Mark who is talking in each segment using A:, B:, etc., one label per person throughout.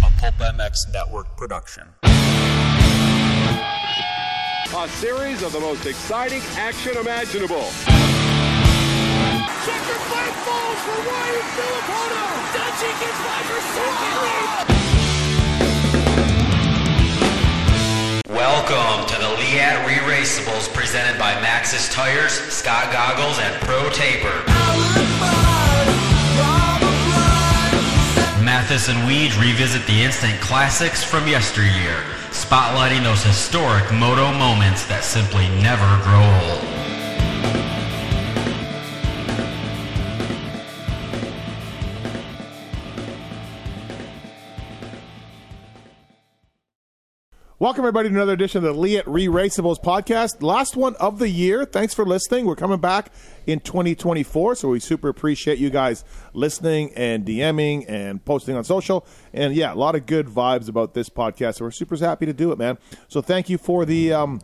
A: Hope MX Network production.
B: A series of the most exciting action imaginable.
C: Checkered flag falls for Ryan Filippano. Dutchie gets by for second.
D: Welcome to the Liat Re-Raceables presented by Maxis Tires, Scott Goggles, and Pro Taper. Mathis and Weed revisit the instant classics from yesteryear, spotlighting those historic moto moments that simply never grow old.
E: Welcome, everybody, to another edition of the Lee at Re Raceables podcast. Last one of the year. Thanks for listening. We're coming back in 2024, so we super appreciate you guys listening and DMing and posting on social. And yeah, a lot of good vibes about this podcast. So we're super happy to do it, man. So thank you for the. Um,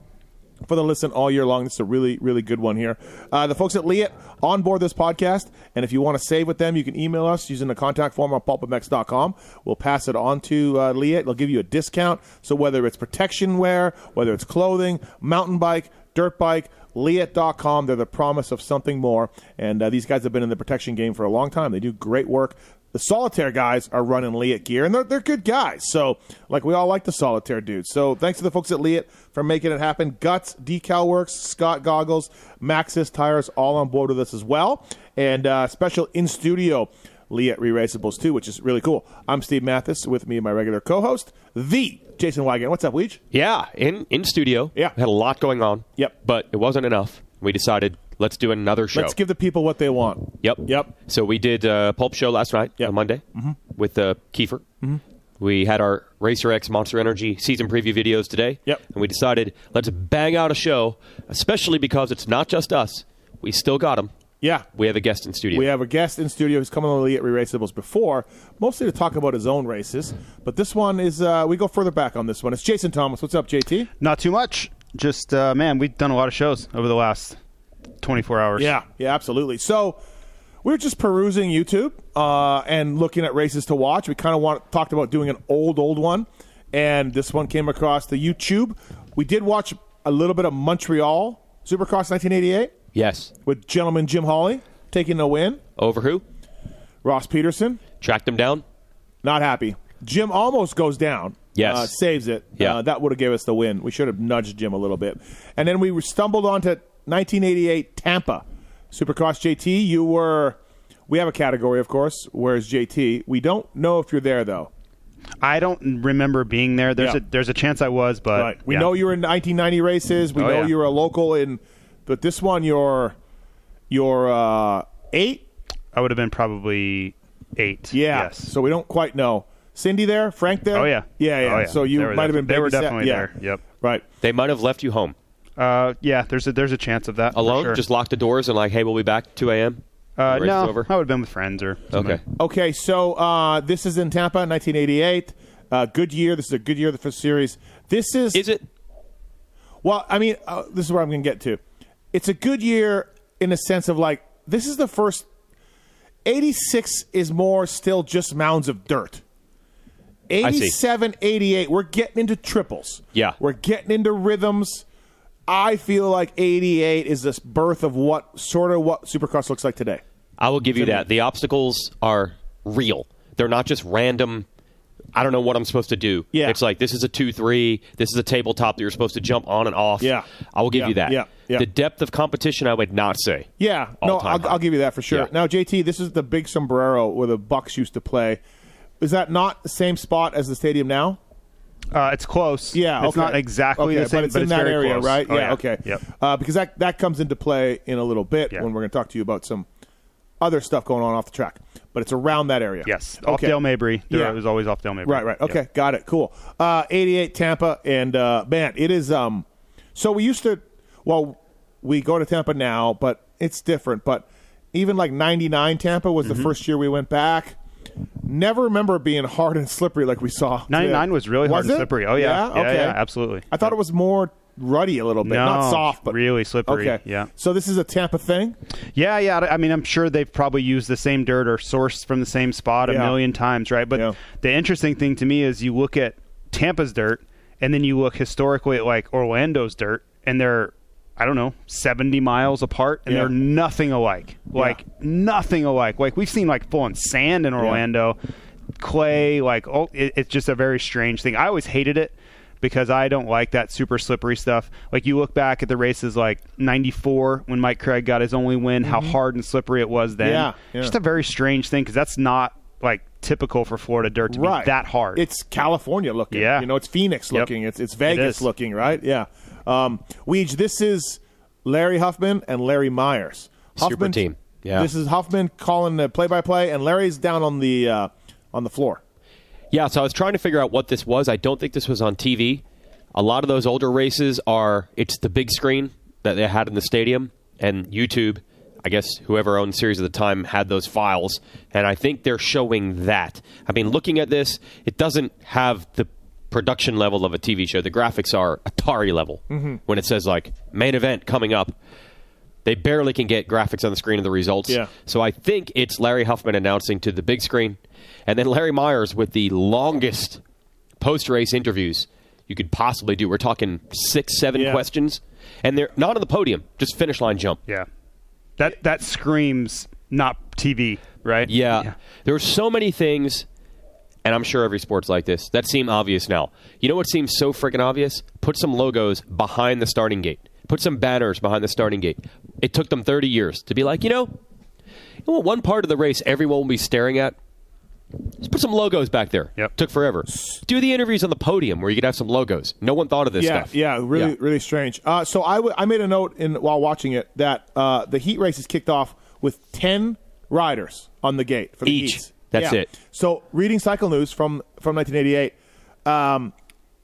E: for the listen all year long. This is a really, really good one here. Uh, the folks at Liat on board this podcast, and if you want to save with them, you can email us using the contact form on pulpamex.com. We'll pass it on to uh, Liat. They'll give you a discount. So whether it's protection wear, whether it's clothing, mountain bike, dirt bike, Liat.com, they're the promise of something more. And uh, these guys have been in the protection game for a long time. They do great work. The solitaire guys are running Liat gear, and they're, they're good guys. So, like, we all like the solitaire dudes. So, thanks to the folks at Liat for making it happen. Guts, Decal Works, Scott Goggles, Maxis Tires, all on board with us as well. And uh, special in studio Liat Re Raceables, too, which is really cool. I'm Steve Mathis with me, and my regular co host, the Jason Wygan. What's up, Weege?
F: Yeah, in in studio.
E: Yeah.
F: had a lot going on.
E: Yep.
F: but it wasn't enough. We decided let's do another show.
E: Let's give the people what they want.
F: Yep.
E: Yep.
F: So we did uh, Pulp Show last night
E: Yep. Mm-hmm.
F: on Monday with uh, Kiefer. Mm-hmm. We had our Racer X Monster Energy season preview videos today.
E: Yep.
F: And we decided let's bang out a show, especially because it's not just us. We still got them.
E: Yeah.
F: We have a guest in studio.
E: We have a guest in studio who's come on the Elite Raceables before, mostly to talk about his own races. But this one is, uh, we go further back on this one. It's Jason Thomas. What's up, JT?
G: Not too much. Just uh, man, we've done a lot of shows over the last 24 hours.
E: Yeah, yeah, absolutely. So we were just perusing YouTube uh, and looking at races to watch. We kind of want talked about doing an old, old one, and this one came across the YouTube. We did watch a little bit of Montreal Supercross 1988
F: Yes.
E: with gentleman Jim Hawley taking the win.
F: Over who?
E: Ross Peterson,
F: Tracked them down.
E: not happy. Jim almost goes down.
F: Yes.
E: Uh, saves it.
F: Yeah.
E: Uh, that would have gave us the win. We should have nudged Jim a little bit. And then we stumbled onto 1988 Tampa. Supercross JT, you were. We have a category, of course. Where's JT? We don't know if you're there, though.
G: I don't remember being there. There's
E: Yeah.
G: a there's a chance I was, but
E: We
G: yeah.
E: know you were in 1990 races. We
G: Oh,
E: know
G: yeah.
E: you were a local in. But this one, you're. You're uh, eight?
G: I would have been probably eight.
E: Yeah.
G: Yes.
E: So we don't quite know. Cindy there? Frank there?
G: Oh, yeah.
E: Yeah, yeah.
G: Oh, yeah.
E: So you
G: They were
E: might have been
G: def- they were
E: babysat-
G: definitely
E: yeah.
G: there. Yep.
E: Right.
F: They might have left you home
G: uh, yeah. There's a there's a chance of that for
F: alone.
G: sure.
F: Just locked the doors and like, hey, we'll be back 2 a.m.
G: uh,
F: The race is
G: no.
F: over.
G: I would have been with friends or something.
F: Okay.
E: Okay, so uh, this is in Tampa, 1988. Uh, good year. This is a good year for series. This is,
F: Is it?
E: well. I mean, uh, this is where I'm going to get to. It's a good year in a sense of like this is the first. 86 is more still just mounds of dirt.
F: see.
E: 87, 88. We're getting into triples.
F: Yeah.
E: we're getting into rhythms. I feel like 88 is this birth of what sort of what Supercross looks like today.
F: I will give you that. The obstacles are real. They're not just random. I don't know what I'm supposed to do.
E: Yeah.
F: It's like this is a two three. This is a tabletop that you're supposed to jump on and off.
E: Yeah.
F: I will give
E: Yeah,
F: you that.
E: yeah, yeah.
F: The depth of competition, I would not say.
E: Yeah, no,
F: All-time
E: I'll,
F: high.
E: I'll give you that for sure.
F: Yeah.
E: Now, JT, this is the big sombrero where the Bucks used to play. Is that not the same spot as the stadium now?
G: Uh, it's close.
E: Yeah,
G: It's
E: okay.
G: not exactly
E: okay,
G: the same,
E: but it's in that
G: very
E: area,
G: close.
E: right?
G: Oh,
E: yeah, okay.
G: Yep.
E: Uh, because that that comes into play in a little bit
G: Yeah.
E: when we're going to talk to you about some other stuff going on off the track, but it's around that area.
G: Yes. Off
E: okay.
G: Dale Mabry. There
E: Yeah.
G: was always off Dale Mabry.
E: Right, right.
G: Yep.
E: Okay, got it. Cool. Uh, 88 Tampa, and uh, man, it is. Um, so we used to, well, we go to Tampa now, but it's different. But even like 99 Tampa was
G: Mm-hmm.
E: the first year we went back. Never remember it being hard and slippery like we saw. today.
G: 99 was really hard and
E: it?
G: slippery. Oh, yeah. Yeah,
E: okay.
G: yeah, absolutely.
E: I thought it was more ruddy a little bit, not
G: No,
E: soft, but
G: really slippery,
E: Okay,
G: yeah.
E: So this is a Tampa thing.
G: Yeah, yeah. I mean, I'm sure they've probably used the same dirt or sourced from the same spot a
E: Yeah.
G: million times, right? But
E: Yeah.
G: the interesting thing to me is you look at Tampa's dirt, and then you look historically at like Orlando's dirt, and they're I don't know, 70 miles apart, and
E: Yeah.
G: they're nothing alike. Like, nothing alike. Like, we've seen, like, full on sand in Orlando, clay, like, oh, it, it's just a very strange thing. I always hated it because I don't like that super slippery stuff. Like, you look back at the races like 94 when Mike Craig got his only win, how hard and slippery it was then.
E: Mm-hmm. Yeah, yeah.
G: Just a very strange thing because that's not, like, typical for Florida dirt to
E: right.
G: be that hard.
E: It's California looking.
G: Yeah.
E: You know, it's Phoenix
G: Yep.
E: looking. It's it's Vegas
G: is.
E: looking, right? Yeah. Um, Weege, this is Larry Huffman and Larry Myers.
F: Super
E: Huffman
F: team. Yeah.
E: This is Huffman calling the play by play, and Larry's down on the uh, on the floor.
F: Yeah, so I was trying to figure out what this was. I don't think this was on TV. A lot of those older races are it's the big screen that they had in the stadium and YouTube. I guess whoever owned series at the time had those files, and I think they're showing that. I mean, looking at this, it doesn't have the production level of a TV show. The graphics are Atari level when it says like main event coming up. They barely can get graphics on the screen of the results.
E: Yeah.
F: So I think it's Larry Huffman announcing to the big screen, and then Larry Myers with the longest post race interviews you could possibly do. We're talking six, seven
E: Yeah.
F: questions, and they're not on the podium, just finish line jump.
G: yeah. That, that screams not TV, right?
F: Yeah. There were so many things, and I'm sure every sport's like this, that seem obvious now. You know what seems so freaking obvious? Put some logos behind the starting gate, put some banners behind the starting gate. It took them 30 years to be like, you know, you know what one part of the race everyone will be staring at? Just put some logos back there.
G: Yep.
F: Took forever. Do the interviews on the podium where you could have some logos. No one thought of this
E: yeah,
F: stuff.
E: Yeah, really, really strange. Uh, so I w- I made a note in while watching it that uh, the heat race is kicked off with ten riders on the gate for the
F: Each.
E: heats.
F: That's
E: Yeah.
F: it.
E: So reading cycle news from from 1988, um,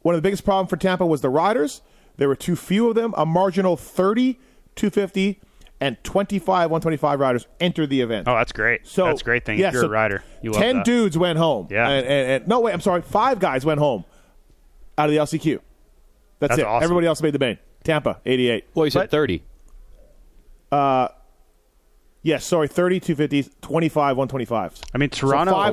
E: one of the biggest problem for Tampa was the riders. There were too few of them. A marginal 30, 250, and 25, 125 riders entered the event.
G: Oh, that's great.
E: So
G: that's a great thing.
E: Yeah,
G: if you're
E: so
G: a rider, you love
E: ten
G: that.
E: dudes went home.
G: Yeah.
E: And, and, and- no, wait. I'm sorry. Five guys went home out of the LCQ. That's,
G: That's
E: it.
G: awesome.
E: Everybody else made the main. Tampa, 88.
F: Well, you said
G: But-
F: 30.
E: Yes, sorry, 30, 250s, 25, 125s.
G: I mean, Toronto-
E: so five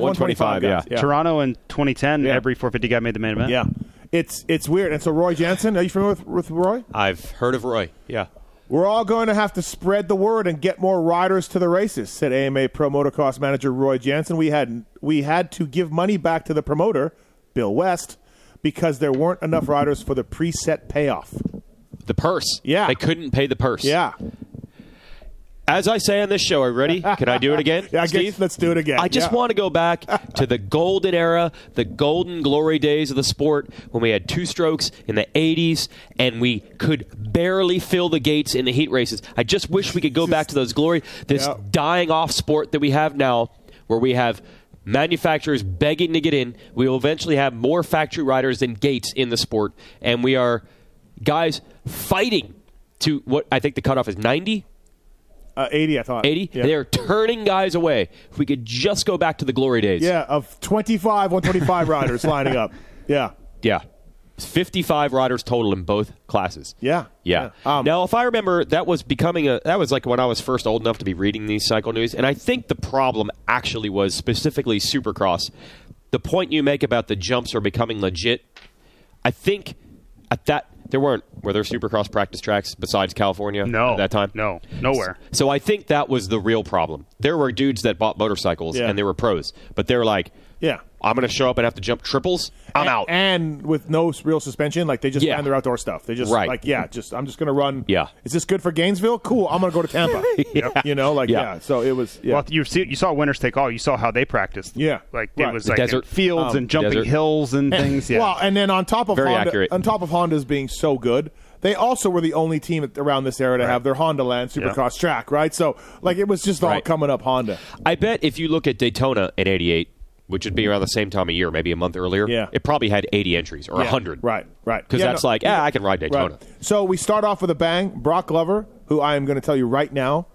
E: 125
F: 125,
E: guys.
F: yeah.
G: Toronto in 2010,
E: Yeah.
G: every 450 guy made the main event.
E: Yeah. It's it's weird. And so Roy Jansen, are you familiar with, with Roy?
F: I've heard of Roy. Yeah.
E: We're all going to have to spread the word and get more riders to the races, said AMA Pro Motocross manager Roy Jansen. We had we had to give money back to the promoter, Bill West, because there weren't enough riders for the preset payoff.
F: The purse.
E: Yeah.
F: They couldn't pay the purse.
E: Yeah.
F: As I say on this show, are you ready? Can I do it again?
E: Yeah, I guess
F: Steve?
E: let's do it again.
F: I just
E: Yeah.
F: want to go back to the golden era, the golden glory days of the sport when we had two strokes in the 80s and we could barely fill the gates in the heat races. I just wish we could go back to those glory, this
E: Yeah.
F: dying off sport that we have now where we have manufacturers begging to get in. We will eventually have more factory riders than gates in the sport. And we are, guys, fighting to what I think the cutoff is 90?
E: Uh, 80, I thought.
F: 80.
E: Yeah.
F: They're turning guys away. If we could just go back to the glory days.
E: Yeah, of 25, 125 riders lining up. Yeah.
F: Yeah. 55 riders total in both classes.
E: Yeah.
F: Yeah.
E: Yeah. Um,
F: now, if I remember, that was becoming a, that was like when I was first old enough to be reading these cycle news. And I think the problem actually was specifically supercross. The point you make about the jumps are becoming legit, I think at that, there weren't, were there supercross practice tracks besides California
G: No.
F: at that time?
G: No. Nowhere.
F: So I think that was the real problem. There were dudes that bought motorcycles
E: Yeah.
F: and they were pros, but they're like,
E: Yeah.
F: I'm going to show up and have to jump triples. I'm
E: A-
F: out.
E: And with no s- real suspension, like they just
F: Yeah.
E: ran their outdoor stuff. They just
F: Right.
E: like, yeah, just I'm just gonna run.
F: Yeah.
E: Is this good for Gainesville? Cool. I'm gonna go to Tampa. You know, like yeah.
F: Yeah.
E: So it was. Yeah.
G: Well, you see, you saw winners take all. You saw how they practiced.
E: Yeah.
G: like
E: Right.
G: it was
E: The
G: like
F: desert. Um,
G: in fields and jumping
F: desert.
G: hills and things. Yeah,
E: Well, and then on top of
F: Very
E: Honda,
F: accurate.
E: on top of Honda's being so good, they also were the only team at- around this era to have their Honda Land Supercross track, right? So like it was just all
F: Right.
E: coming up Honda.
F: I bet if you look at Daytona in 88, which would be around the same time of year, maybe a month earlier,
E: Yeah.
F: it probably had 80 entries or a 100.
E: Right. Right.
F: Because
E: Yeah,
F: that's
E: no,
F: like, ah, I can ride Daytona.
E: Right. So we start off with a bang. Brock Glover, who I am going to tell you right now,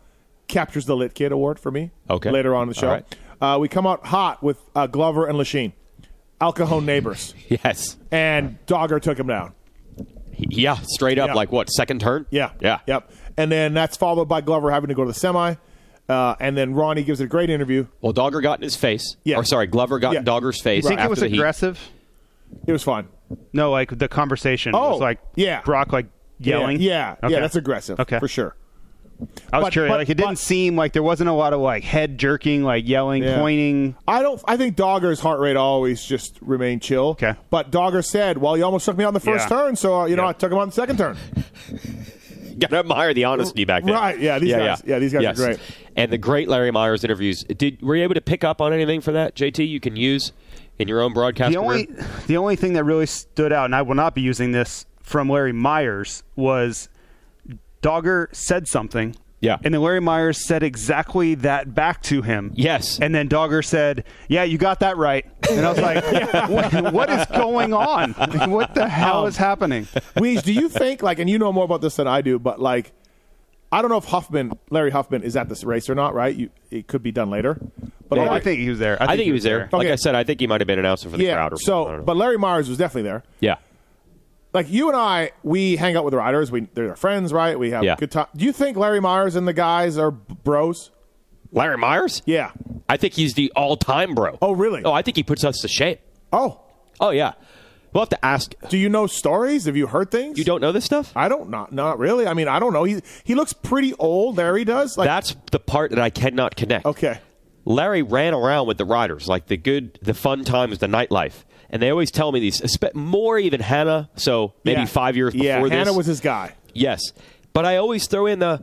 E: captures the Lit Kid Award for me.
F: Okay.
E: Later on in the show,
F: All right.
E: uh, we come out hot with uh, Glover and Lachine, Al Cajon neighbors,
F: Yes.
E: and Dogger took him down.
F: He Yeah, straight up,
E: Yeah.
F: like what second turn?
E: Yeah.
F: yeah,
E: Yep. And then that's followed by Glover having to go to the semi. Uh, and then Ronnie gives a great interview.
F: Well, Dogger got in his face.
E: Yeah.
F: or sorry, Glover got
E: Yeah.
F: in Dogger's face.
G: You think
F: after
G: it was
F: the heat.
G: aggressive?
E: It was fun.
G: No, like the conversation
E: Oh,
G: was like
E: yeah.
G: Brock like yelling.
E: Yeah. Yeah,
G: Okay.
E: that's aggressive.
G: Okay.
E: For sure.
G: I was
E: But-
G: curious.
E: but-
G: like it didn't
E: but-
G: seem like there wasn't a lot of like head jerking, like yelling,
E: Yeah.
G: pointing.
E: I don't. I think Dogger's heart rate always just remained chill.
G: Okay.
E: But Dogger said, "Well, you almost took me on the first
G: Yeah.
E: turn, so uh, you know
G: Yeah.
E: I took him on the second turn."
F: Gotta admire the honesty back then.
E: Right, yeah, these guys- yeah, these guys are great.
F: And the great Larry Myers interviews. Did were you able to pick up on anything for that, JT? You can use in your own broadcast.
G: The only
F: career?
G: the only thing that really stood out, and I will not be using this from Larry Myers, was Dogger said something.
F: Yeah.
G: And then Larry Myers said exactly that back to him.
F: Yes.
G: And then Dogger said, "Yeah, you got that right." And I was like, what, "What is going on? Like, What the hell
F: Um,
G: is happening?"
E: Weez, do you think like, and you know more about this than I do, but like, I don't know if Huffman, Larry Huffman, is at this race or not. Right? You, it could be done later. But
G: Oh,
E: all
G: I
E: right.
G: think he was there. I
F: I think he was there. Like
E: Okay.
F: I said, I think he might have been announcing for the
E: yeah.
F: crowd. Or I don't
E: So,
F: know.
E: but Larry Myers was definitely there.
F: yeah,
E: Like you and I, we hang out with riders. We they're our friends, right? We have
F: Yeah.
E: good time. Do you think Larry Myers and the guys are b- bros?
F: Larry Myers.
E: Yeah.
F: I think he's the all-time bro.
E: Oh, really?
F: Oh, I think he puts us to shame.
E: Oh,
F: Oh yeah. We'll have to ask.
E: do you know stories? Have you heard things?
F: You don't know this stuff?
E: I don't not not really. I mean, I don't know. He he looks pretty old. Larry does. Like
F: That's the part that I cannot connect.
E: okay,
F: Larry ran around with the riders, like the good, the fun times, the nightlife. And they always tell me these, espe- more even Hannah, so maybe
E: Yeah.
F: five years before
E: yeah,
F: this.
E: Hannah was his guy.
F: yes. But I always throw in the,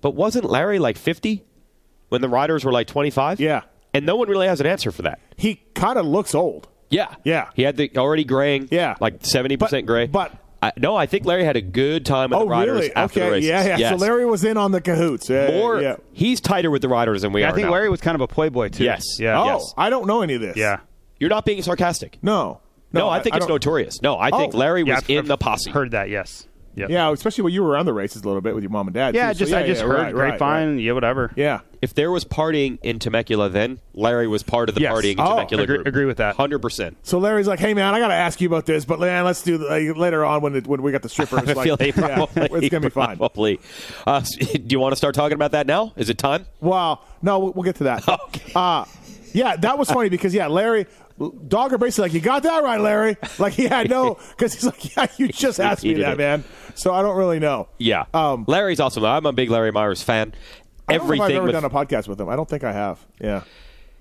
F: but wasn't Larry like 50 when the riders were like 25?
E: Yeah.
F: And no one really has an answer for that.
E: He kind of looks old.
F: Yeah.
E: Yeah.
F: He had the already graying,
E: Yeah.
F: like 70%
E: But-
F: gray.
E: but-
F: I, no, I think Larry had a good time with
E: Oh,
F: the riders
E: really?
F: after the
E: Okay,
F: races.
E: yeah, yeah.
F: Yes.
E: So Larry was in on the cahoots. Yeah,
F: More-
E: yeah.
F: he's tighter with the riders than we
G: I
F: are.
G: think
F: now.
G: Larry was kind of a playboy too.
F: Yes.
G: Yeah.
E: Oh,
F: yes.
E: I don't know any of this.
G: Yeah.
F: You're not being sarcastic.
E: No.
F: No, I think it's
E: don't-
F: notorious. No, I think
E: Oh.
F: Larry was
G: Yeah, I've-
F: in
G: I've
F: the posse.
G: Heard that? Yes. Yep.
E: Yeah, especially when you were around the races a little bit with your mom and dad.
G: Yeah,
E: too. So,
G: just I just
E: yeah,
G: heard
E: right, right,
G: grapevine.
E: right.
G: Yeah, whatever.
E: Yeah.
F: If there was partying in Temecula, then Larry was part of the
G: Yes.
F: partying in
E: Oh,
F: Temecula
G: agree-
F: group.
G: agree with that.
F: hundred percent.
E: So Larry's like, "Hey man, I got to ask you about this, but man, let's do the, like, later on when it, when we got the strippers.
F: I
E: like,
F: feel they
E: yeah,
F: probably,
E: it's gonna be fine.
F: Probably. Uh, do you want to start talking about that now? Is it time?
E: Well, no, we'll, we'll get to that.
F: Okay.
E: Uh, yeah, that was funny because yeah, Larry Dogger basically like you got that right, Larry. Like he had no because he's like yeah, you just asked me
F: He did
E: that,
F: it.
E: man. So I don't really know.
F: Yeah.
E: Um,
F: Larry's awesome. I'm a big Larry Myers fan.
E: I don't know if I've
F: Everything.
E: ever
F: with-
E: done a podcast with him. I don't think I have. Yeah.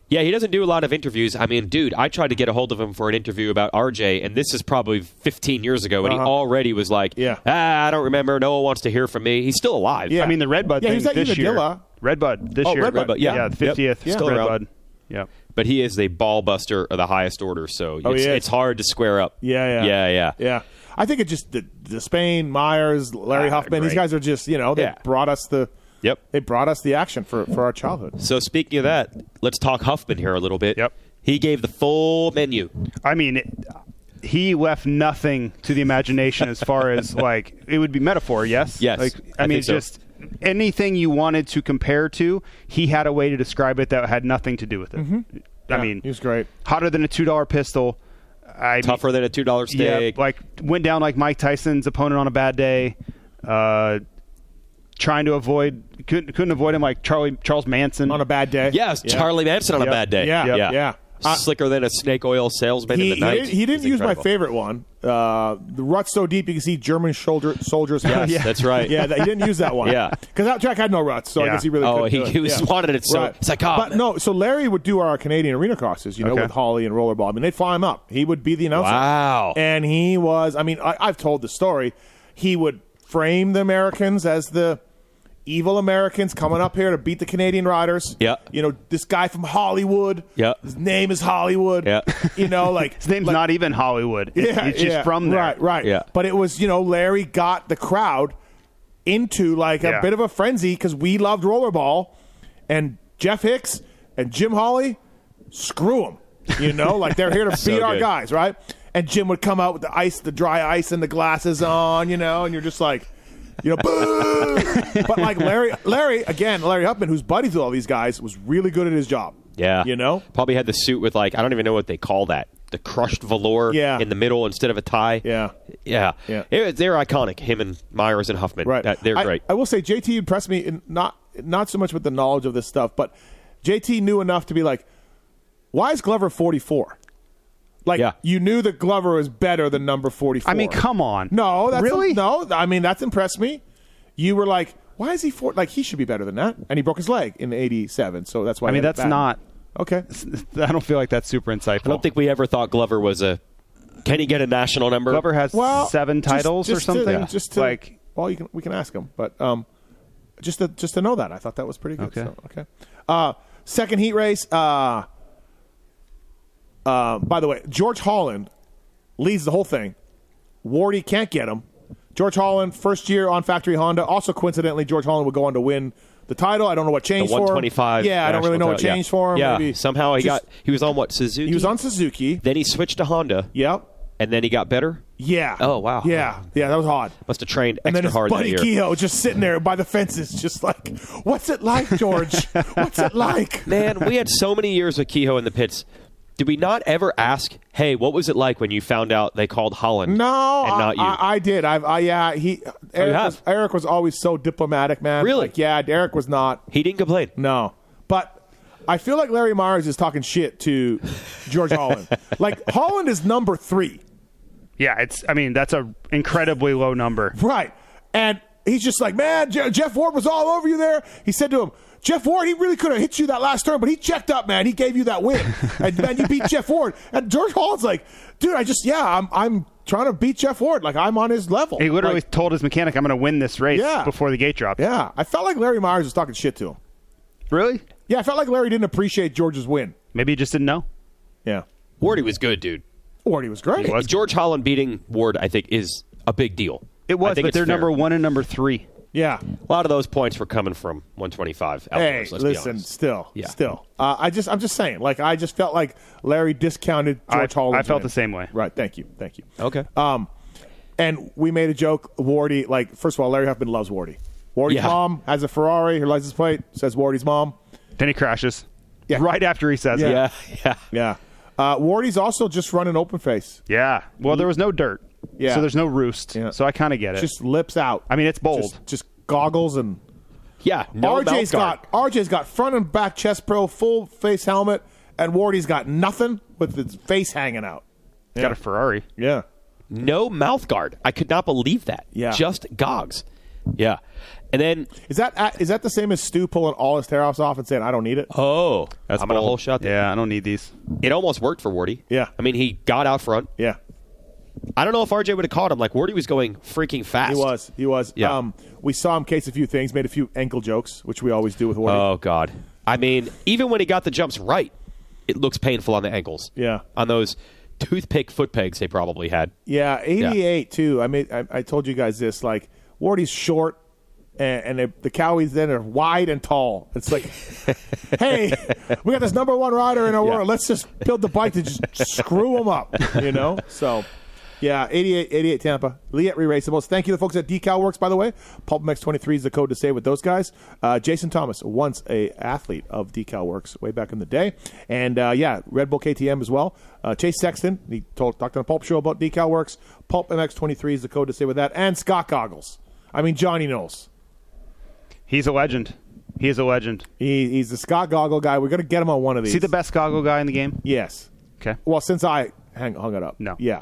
F: yeah, he doesn't do a lot of interviews. I mean, dude, I tried to get a hold of him for an interview about RJ, and this is probably 15 years ago, and he already was like,
E: Uh-huh. Yeah.
F: ah, I don't remember. No one wants to hear from me. He's still alive.
E: Yeah.
G: I mean the Redbud
E: Yeah,
G: thing
E: he was at
G: this year.
E: Unadilla.
G: Redbud this
E: Oh,
G: year.
E: Red Bud,
F: yeah.
G: yeah,
F: Yep.
G: fiftieth.
F: Yeah.
G: Still
F: Still
G: Redbud.
F: around.
G: Yep.
F: but he is a ball buster of the highest order. So it's,
E: Oh, he is.
F: it's hard to square up.
E: Yeah, yeah.
F: yeah, yeah.
E: Yeah. I think it just the, the Spain, Myers, Larry
F: Ah,
E: Huffman. These
F: great.
E: guys are just you know they
F: Yeah.
E: brought us the
F: Yep.
E: they brought us the action for for our childhood.
F: So speaking of that, let's talk Huffman here a little bit.
G: Yep.
F: He gave the full menu.
G: I mean, it, he left nothing to the imagination as far as like it would be metaphor. Yes.
F: Yes,
G: Like I,
F: I
G: mean,
F: think so.
G: just anything you wanted to compare to, he had a way to describe it that had nothing to do with it. I
E: Mm-hmm. Yeah,
G: mean,
E: he was great.
G: Hotter than a two dollar pistol. I
F: Tougher than a two dollar
G: Yeah,
F: steak.
G: like went down like Mike Tyson's opponent on a bad day, uh, trying to avoid couldn't couldn't avoid him like Charlie Charles Manson
E: On a bad day.
F: yes, Charlie Manson on a
G: Yep.
F: bad day.
E: Yeah.
G: Yeah.
E: Yeah. Uh,
F: Slicker than a snake oil salesman
E: He,
F: in
E: he
F: the night.
E: didn't, he didn't
F: He's
E: use my
F: incredible.
E: favorite one. Uh, the rut so deep you can see German shoulder, soldiers.
F: Yes,
E: Yeah.
F: that's right.
E: Yeah, that, he didn't use that one.
F: Yeah.
E: because that track had no ruts, so
G: Yeah.
E: I guess he really.
F: Oh,
E: couldn't
F: he-
E: do it.
F: he was-
E: yeah.
F: wanted it so- it's like, oh,
E: but
F: man.
E: no. So Larry would do our Canadian arena crosses, you know,
G: Okay.
E: with Holly and Rollerball. I mean, they'd fly him up. He would be the announcer.
F: Wow.
E: And he was. I mean, I, I've told the story. He would frame the Americans as the evil Americans coming up here to beat the Canadian riders.
F: Yeah.
E: You know, this guy from Hollywood.
F: Yeah.
E: His name is Hollywood.
F: Yeah.
E: You know, like
G: His name's not even Hollywood. It-
E: yeah,
G: it's just
E: yeah,
G: from there.
E: Right, right.
F: Yeah.
E: But it was, you know, Larry got the crowd into like a
G: Yeah.
E: bit of a frenzy because we loved rollerball and Jeff Hicks and Jim Hawley, screw them. You know, like they're here to beat our
F: good.
E: guys, right? And Jim would come out with the ice, the dry ice and the glasses on, you know, and you're just like, you know, boo. but like Larry, Larry, again, Larry Huffman, who's buddies with all these guys, was really good at his job.
F: Yeah.
E: You know?
F: Probably had the suit with like I don't even know what they call that. the crushed velour
E: Yeah.
F: in the middle instead of a tie.
E: Yeah.
F: Yeah.
E: Yeah.
F: It- they're iconic, him and Myers and Huffman.
E: Right.
F: That- they're
E: I,
F: great.
E: I will say JT impressed me in not not so much with the knowledge of this stuff, but JT knew enough to be like, why is Glover forty four? Like
F: Yeah.
E: you knew that Glover was better than number forty four.
G: I mean, come on.
E: No, that's
G: really
E: no. I mean, that's impressed me. You were like, why is he four? Like he should be better than that, and he broke his leg in eighty seven. So that's why.
G: I
E: he
G: mean,
E: had it
G: that's
E: back.
G: not.
E: okay.
G: I don't feel like that's super insightful.
F: I don't think we ever thought Glover was a. Can he get a national number?
G: Glover has
E: Well,
G: seven
E: just-
G: titles
E: just
G: or something.
E: To, Just to,
G: like,
E: well, you can we can ask him, but um, just to just to know that, I thought that was pretty good.
G: Okay.
E: so, okay. Uh, second heat race. Uh, uh, by the way, George Holland leads the whole thing. Wardy can't get him. George Holland, first year on factory Honda. Also, coincidentally, George Holland would go on to win the title. I don't know what
F: the
E: changed for him.
F: 125.
E: Yeah, I don't really know
F: national
E: what
F: title. Yeah.
E: changed for him.
F: Yeah,
E: Maybe
F: somehow he
E: just-
F: got. He was on what Suzuki.
E: He was on Suzuki.
F: Then he switched to Honda.
E: Yep.
F: And then he got better.
E: Yeah.
F: Oh, wow.
E: Yeah. Yeah. That was odd.
F: Must have trained
E: And then
F: extra
E: his
F: hard that
E: buddy
F: year.
E: Kehoe just sitting there by the fences, just like, "What's it like, George? What's it like?"
F: Man, we had so many years with Kehoe in the pits. Did we not ever ask, hey, what was it like when you found out they called Holland?
E: No,
F: and not you. Oh,
E: I, I, I did. I've, I yeah. He Eric,
F: have?
E: was, Eric was always so diplomatic, man.
F: Really?
E: Like, yeah, Eric was not.
F: he didn't complain.
E: No, but. I feel like Larry Myers is talking shit to George Holland. like Holland is number three,
G: yeah, it's. I mean, that's a incredibly low number.
E: right? And he's just like, man, Je- Jeff Ward was all over you there. He said to him, Jeff Ward, he really could have hit you that last turn, but he checked up, man. He gave you that win, and man, you beat Jeff Ward. And George Hall's like, dude, I just, yeah, I'm, I'm trying to beat Jeff Ward. Like I'm on his level.
G: He literally
E: Like,
G: told his mechanic, "I'm going to win this race
E: Yeah.
G: before the gate drop."
E: yeah, I felt like Larry Myers was talking shit to him.
G: Really?
E: Yeah, I felt like Larry didn't appreciate George's win.
G: Maybe he just didn't know.
E: Yeah,
F: Wardy was good, dude.
E: Ward, he was great.
G: was.
F: George Holland beating Ward, I think, is a big deal.
G: It
F: I
G: was,
F: think
G: but
F: it's
G: they're
F: fair.
G: number one and number three.
E: Yeah.
F: A lot of those points were coming from 125.
E: Hey,
F: outdoors, let's be
E: listen,
F: honest.
E: still,
F: Yeah.
E: still. Uh, I just, I'm just saying. Like, I just felt like Larry discounted George
G: I-
E: Holland.
G: I felt the same way.
E: Right. Thank you. Thank you.
F: Okay.
G: Uh,
E: Um, and we made a joke. Wardy, like, first of all, Larry Huffman loves Wardy. Wardy's
F: Yeah.
E: mom has a Ferrari. Her license plate says Wardy's mom.
G: Then he crashes.
E: Yeah.
G: Right after he says it.
F: yeah, yeah.
E: Yeah. Uh, Wardy's also just running open face,
G: Yeah. Well, there was no dirt.
E: Yeah.
G: So there's no roost.
E: Yeah.
G: So I kind of get it.
E: just lips out.
G: I mean, it's bold.
E: Just, just goggles and
F: Yeah, no
E: RJ's
F: mouth guard.
E: got RJ's got front and back chest pro, full face helmet, and Wardy's got nothing with his face hanging out.
G: Got a Ferrari.
E: Yeah.
F: no mouth guard. I could not believe that.
E: Yeah.
F: Just gogs. Yeah. And then,
E: Is that uh, is that the same as Stu pulling all his tear offs off and saying I don't need it?
F: oh,
G: That's
F: I'm going to
G: bold.
F: whole shot there.
G: Yeah, I don't need these.
F: It almost worked for Wardy.
E: Yeah.
F: I mean, he got out front.
E: Yeah,
F: I don't know if RJ would have caught him. Like, Wardy was going freaking fast.
E: he was. He was.
F: Yeah.
E: Um, we saw him case a few things, made a few ankle jokes, which we always do with Wardy.
F: Oh, God. I mean, even when he got the jumps right, it looks painful on the ankles.
E: Yeah.
F: On those toothpick foot pegs they probably had.
E: yeah, eighty-eight too. I mean, I, I told you guys this. Like Wardy's short, and, and they- the cowies then are wide and tall. It's like, hey, we got this number one rider in our world. Let's just build the bike to just screw him up. You know. So. Yeah, 88, 88 Tampa. Liette Reraceables. Thank you to the folks at Decal Works, by the way. PulpMX23 is the code to say with those guys. Uh, Jason Thomas, once a athlete of Decal Works way back in the day. And uh, yeah, Red Bull KTM as well. Uh, Chase Sexton, he told talked on the Pulp Show about Decal Works. PulpMX23 is the code to say with that. And Scott Goggles. I mean, Johnny Knowles.
G: He's a legend. He is a legend.
E: He, he's the Scott Goggle guy. We're going to get him on one of these.
G: Is he the best goggle guy in the game?
E: Yes.
G: Okay.
E: Well, since I hang, hung it up.
G: No.
E: Yeah.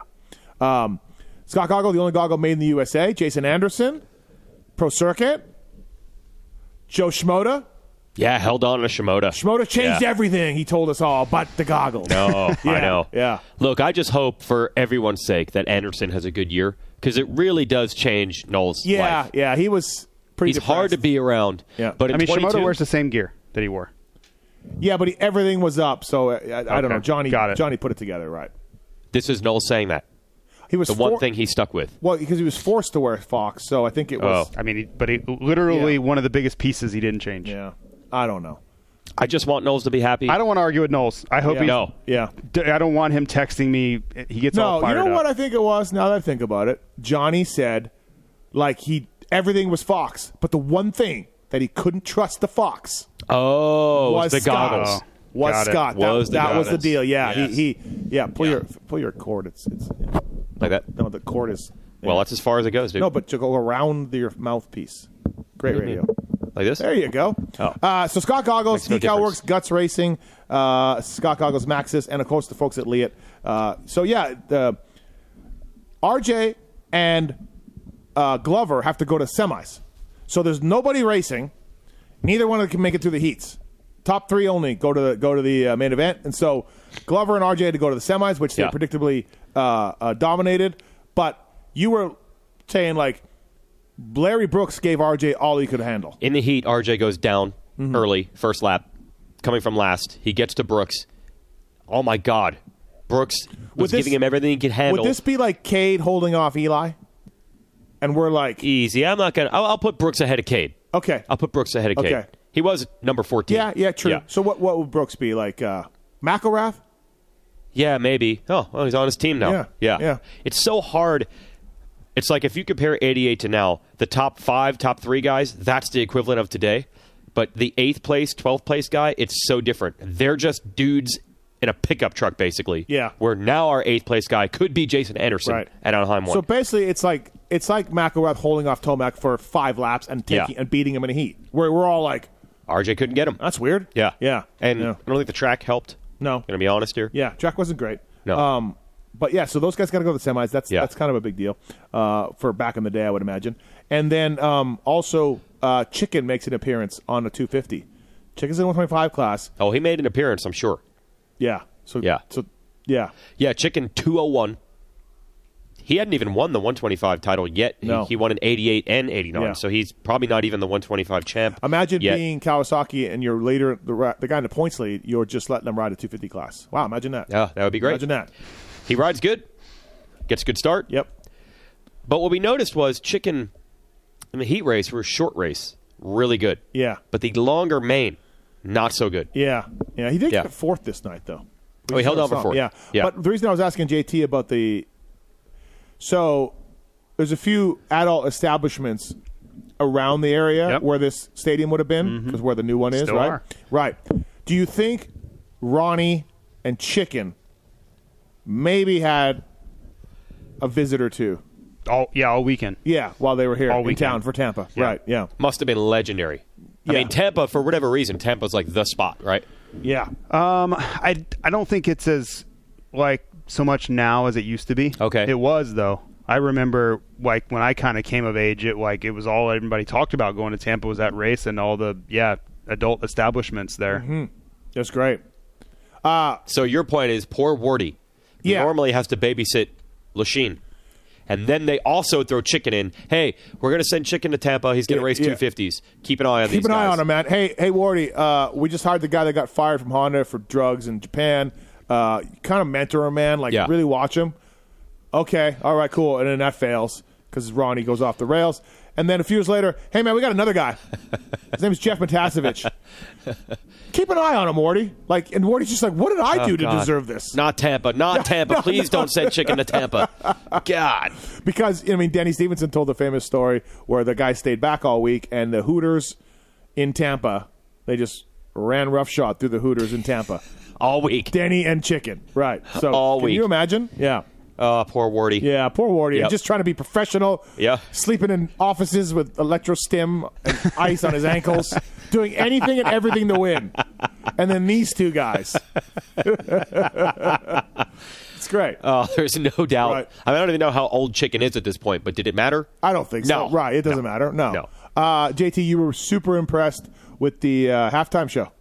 E: Um, Scott Goggle, the only goggle made in the USA. Jason Anderson, Pro Circuit. Joe Schmoda.
F: Yeah, held on to Shimoda.
E: Schmoda changed
F: Yeah.
E: everything, he told us all, but the goggles.
F: Oh,
E: Yeah,
F: I know.
E: yeah.
F: Look, I just hope for everyone's sake that Anderson has a good year because it really does change Noel's
E: Yeah,
F: life.
E: yeah. He was pretty
F: He's hard to
E: depressed.
F: be around.
E: Yeah.
F: But in
G: I mean,
F: 22,
G: Shimoda wears the same gear that he wore.
E: Yeah, but he, everything was up, so uh, I, I, I don't
G: Okay.
E: know. Johnny
G: Got it.
E: Johnny put it together, right.
F: this is Noel saying that.
E: He was
F: The
E: for-
F: one thing he stuck with.
E: Well, because he was forced to wear Fox, so I think it
F: Oh.
E: was.
G: I mean, he, but he literally
E: Yeah.
G: one of the biggest pieces he didn't change.
E: Yeah. I don't know.
F: I just want Knowles to be happy.
G: I don't want to argue with Knowles. I hope
E: Yeah.
G: he's.
F: No.
E: Yeah.
G: D- I don't want him texting me. He gets all
E: No, you
G: fired
E: know
G: up.
E: what I think it was. Now that I think about it, Johnny said, like he everything was Fox, but the one thing that he couldn't trust the Fox
F: Oh,
E: was
F: the
E: Scott.
F: goggles.
E: was
G: Got it.
E: Scott. That
F: Was the
E: that was the
F: goddess.
E: deal. Yeah,
A: Yes.
E: he, he yeah. Pull your pull your cord. It's it's
F: like that.
E: no the cord is
F: Well, that's as far as it goes, dude.
E: no, but to go around your mouthpiece. Great radio.
F: like this.
E: There you go.
F: Oh.
E: Uh, so Scott Goggles,
F: Makes no
E: Geek Out
F: difference.
E: Works, Guts Racing, uh, Scott Goggles, Maxis, and of course the folks at Liat. Uh, so yeah, the RJ and uh, Glover have to go to semis. So there's nobody racing. Neither one of them can make it through the heats. Top three only go to the go to the uh, main event, and so Glover and RJ had to go to the semis, which
F: Yeah.
E: they predictably uh, uh, dominated. But you were saying like Larry Brooks gave RJ all he could handle.
F: In the heat, RJ goes down
E: Mm-hmm.
F: early, first lap, coming from last. He gets to Brooks. Oh my God, Brooks
E: Would
F: was
E: this-
F: giving him everything he could handle.
E: Would this be like Cade holding off Eli? And we're like,
F: Easy. I'm not gonna. I'll, I'll put Brooks ahead of Cade.
E: okay,
F: I'll put Brooks ahead of Cade.
E: Okay.
F: He was number fourteen.
E: yeah, yeah, true. So what? What would Brooks be like? Uh, McElrath?
F: Yeah, maybe. Oh, well, he's on his team now.
E: Yeah, yeah.
F: It's so hard. It's like if you compare 88 to now, the top five, top three guys, that's the equivalent of today. But the eighth place, 12th place guy, it's so different. They're just dudes in a pickup truck, basically.
E: Yeah.
F: Where now our eighth place guy could be Jason Anderson
E: Right.
F: at Anaheim 1.
E: So basically, it's like it's like McElrath holding off Tomac for five laps and
F: Yeah.
E: taking and beating him in a heat. Where we're all like,
F: RJ couldn't get him.
E: that's weird.
F: yeah.
E: yeah,
F: And
E: yeah.
F: I don't think the track helped.
E: no,
F: Going to be honest here.
E: yeah, track wasn't great.
F: No.
E: um, but yeah, so those guys got to go to the semis. That's
F: Yeah.
E: that's kind of a big deal uh, for back in the day, I would imagine. And then um, also, uh, Chicken makes an appearance on a 250. Chicken's in 125 class.
F: Oh, he made an appearance, I'm sure.
E: Yeah. So
F: Yeah.
E: So yeah.
F: Yeah, Chicken 201. He hadn't even won the 125 title yet. He-
E: No.
F: He, won in 88 and 89,
E: Yeah. Um,
F: so he's probably not even the 125 champ.
E: Imagine
F: yet.
E: being Kawasaki and you're later the ra- the guy in the points lead. You're just letting them ride a 250 class. Wow. Imagine that.
F: Yeah, that would be great.
E: Imagine that.
F: He rides good, gets a good start.
E: Yep.
F: But what we noticed was Chicken in the heat race were short race, really good.
E: Yeah.
F: But the longer main, not so good.
E: Yeah. Yeah. He did
F: Yeah.
E: get fourth this night though.
F: Oh, he held
E: Saw
F: out for
E: him.
F: fourth.
E: Yeah.
F: Yeah.
E: But the reason I was asking JT about the so there's a few adult establishments around the area
G: Yep. Mm-hmm.
E: where this stadium would have been because where the new one is,
G: Still
E: right?
G: are.
E: Right. Do you think Ronnie and Chicken maybe had a visit or two?
G: All yeah, all weekend.
E: Yeah, while they were here
G: All
E: in
G: weekend.
E: town for Tampa.
G: Yeah.
E: Right. Yeah.
F: Must have been legendary.
E: Yeah.
F: I mean, Tampa, for whatever reason, Tampa's like the spot, right?
E: Yeah.
G: Um, I I don't think it's as like so much now as it used to be.
F: Okay.
G: it was though. I remember like when I kind of came of age, it like it was all everybody talked about going to Tampa was that race and all the yeah adult establishments there.
F: Mm-hmm.
E: That's great.
F: So your point is poor Wardy who
E: Yeah.
F: normally has to babysit Lachine. And then they also throw Chicken in. Hey, we're going to send Chicken to Tampa. He's going to
E: Yeah,
F: race
E: yeah.
F: 250s. Keep an eye on
E: Keep
F: these
E: an eye
F: guys.
E: on him, man. Hey, hey, Wardy. Uh, we just hired the guy that got fired from Honda for drugs in Japan. Uh, kind of mentor him, man. Like
F: Yeah.
E: really watch him. Okay, all right, cool. And then that fails because Ronnie goes off the rails. And then a few years later, hey man, we got another guy. His name is Jeff Matasevich. Keep an eye on him, Wardy. Like, and Wardy's just like, what did I do to
F: Oh, God.
E: deserve this?
F: Not Tampa. Not Tampa. Please don't send Chicken to Tampa. God.
E: because I mean, Danny Stevenson told the famous story where the guy stayed back all week, and the Hooters in Tampa, they just ran roughshod through the Hooters in Tampa.
F: All week.
E: Denny and chicken, right? So
F: All
E: can
F: week.
E: you imagine? Yeah,
F: Oh, poor Wardy.
E: yeah. Poor Wardy,
F: Yep.
E: just trying to be professional.
F: Yeah.
E: sleeping in offices with electrostim and ice on his ankles, doing anything and everything to win. And then these two guys. it's great.
F: Oh, there's no doubt.
E: Right.
F: I, mean, I don't even know how old Chicken is at this point, but did it matter?
E: I don't think so.
F: No.
E: Right. It doesn't matter. No.
F: No.
E: Uh, JT, you were super impressed with the uh, halftime show.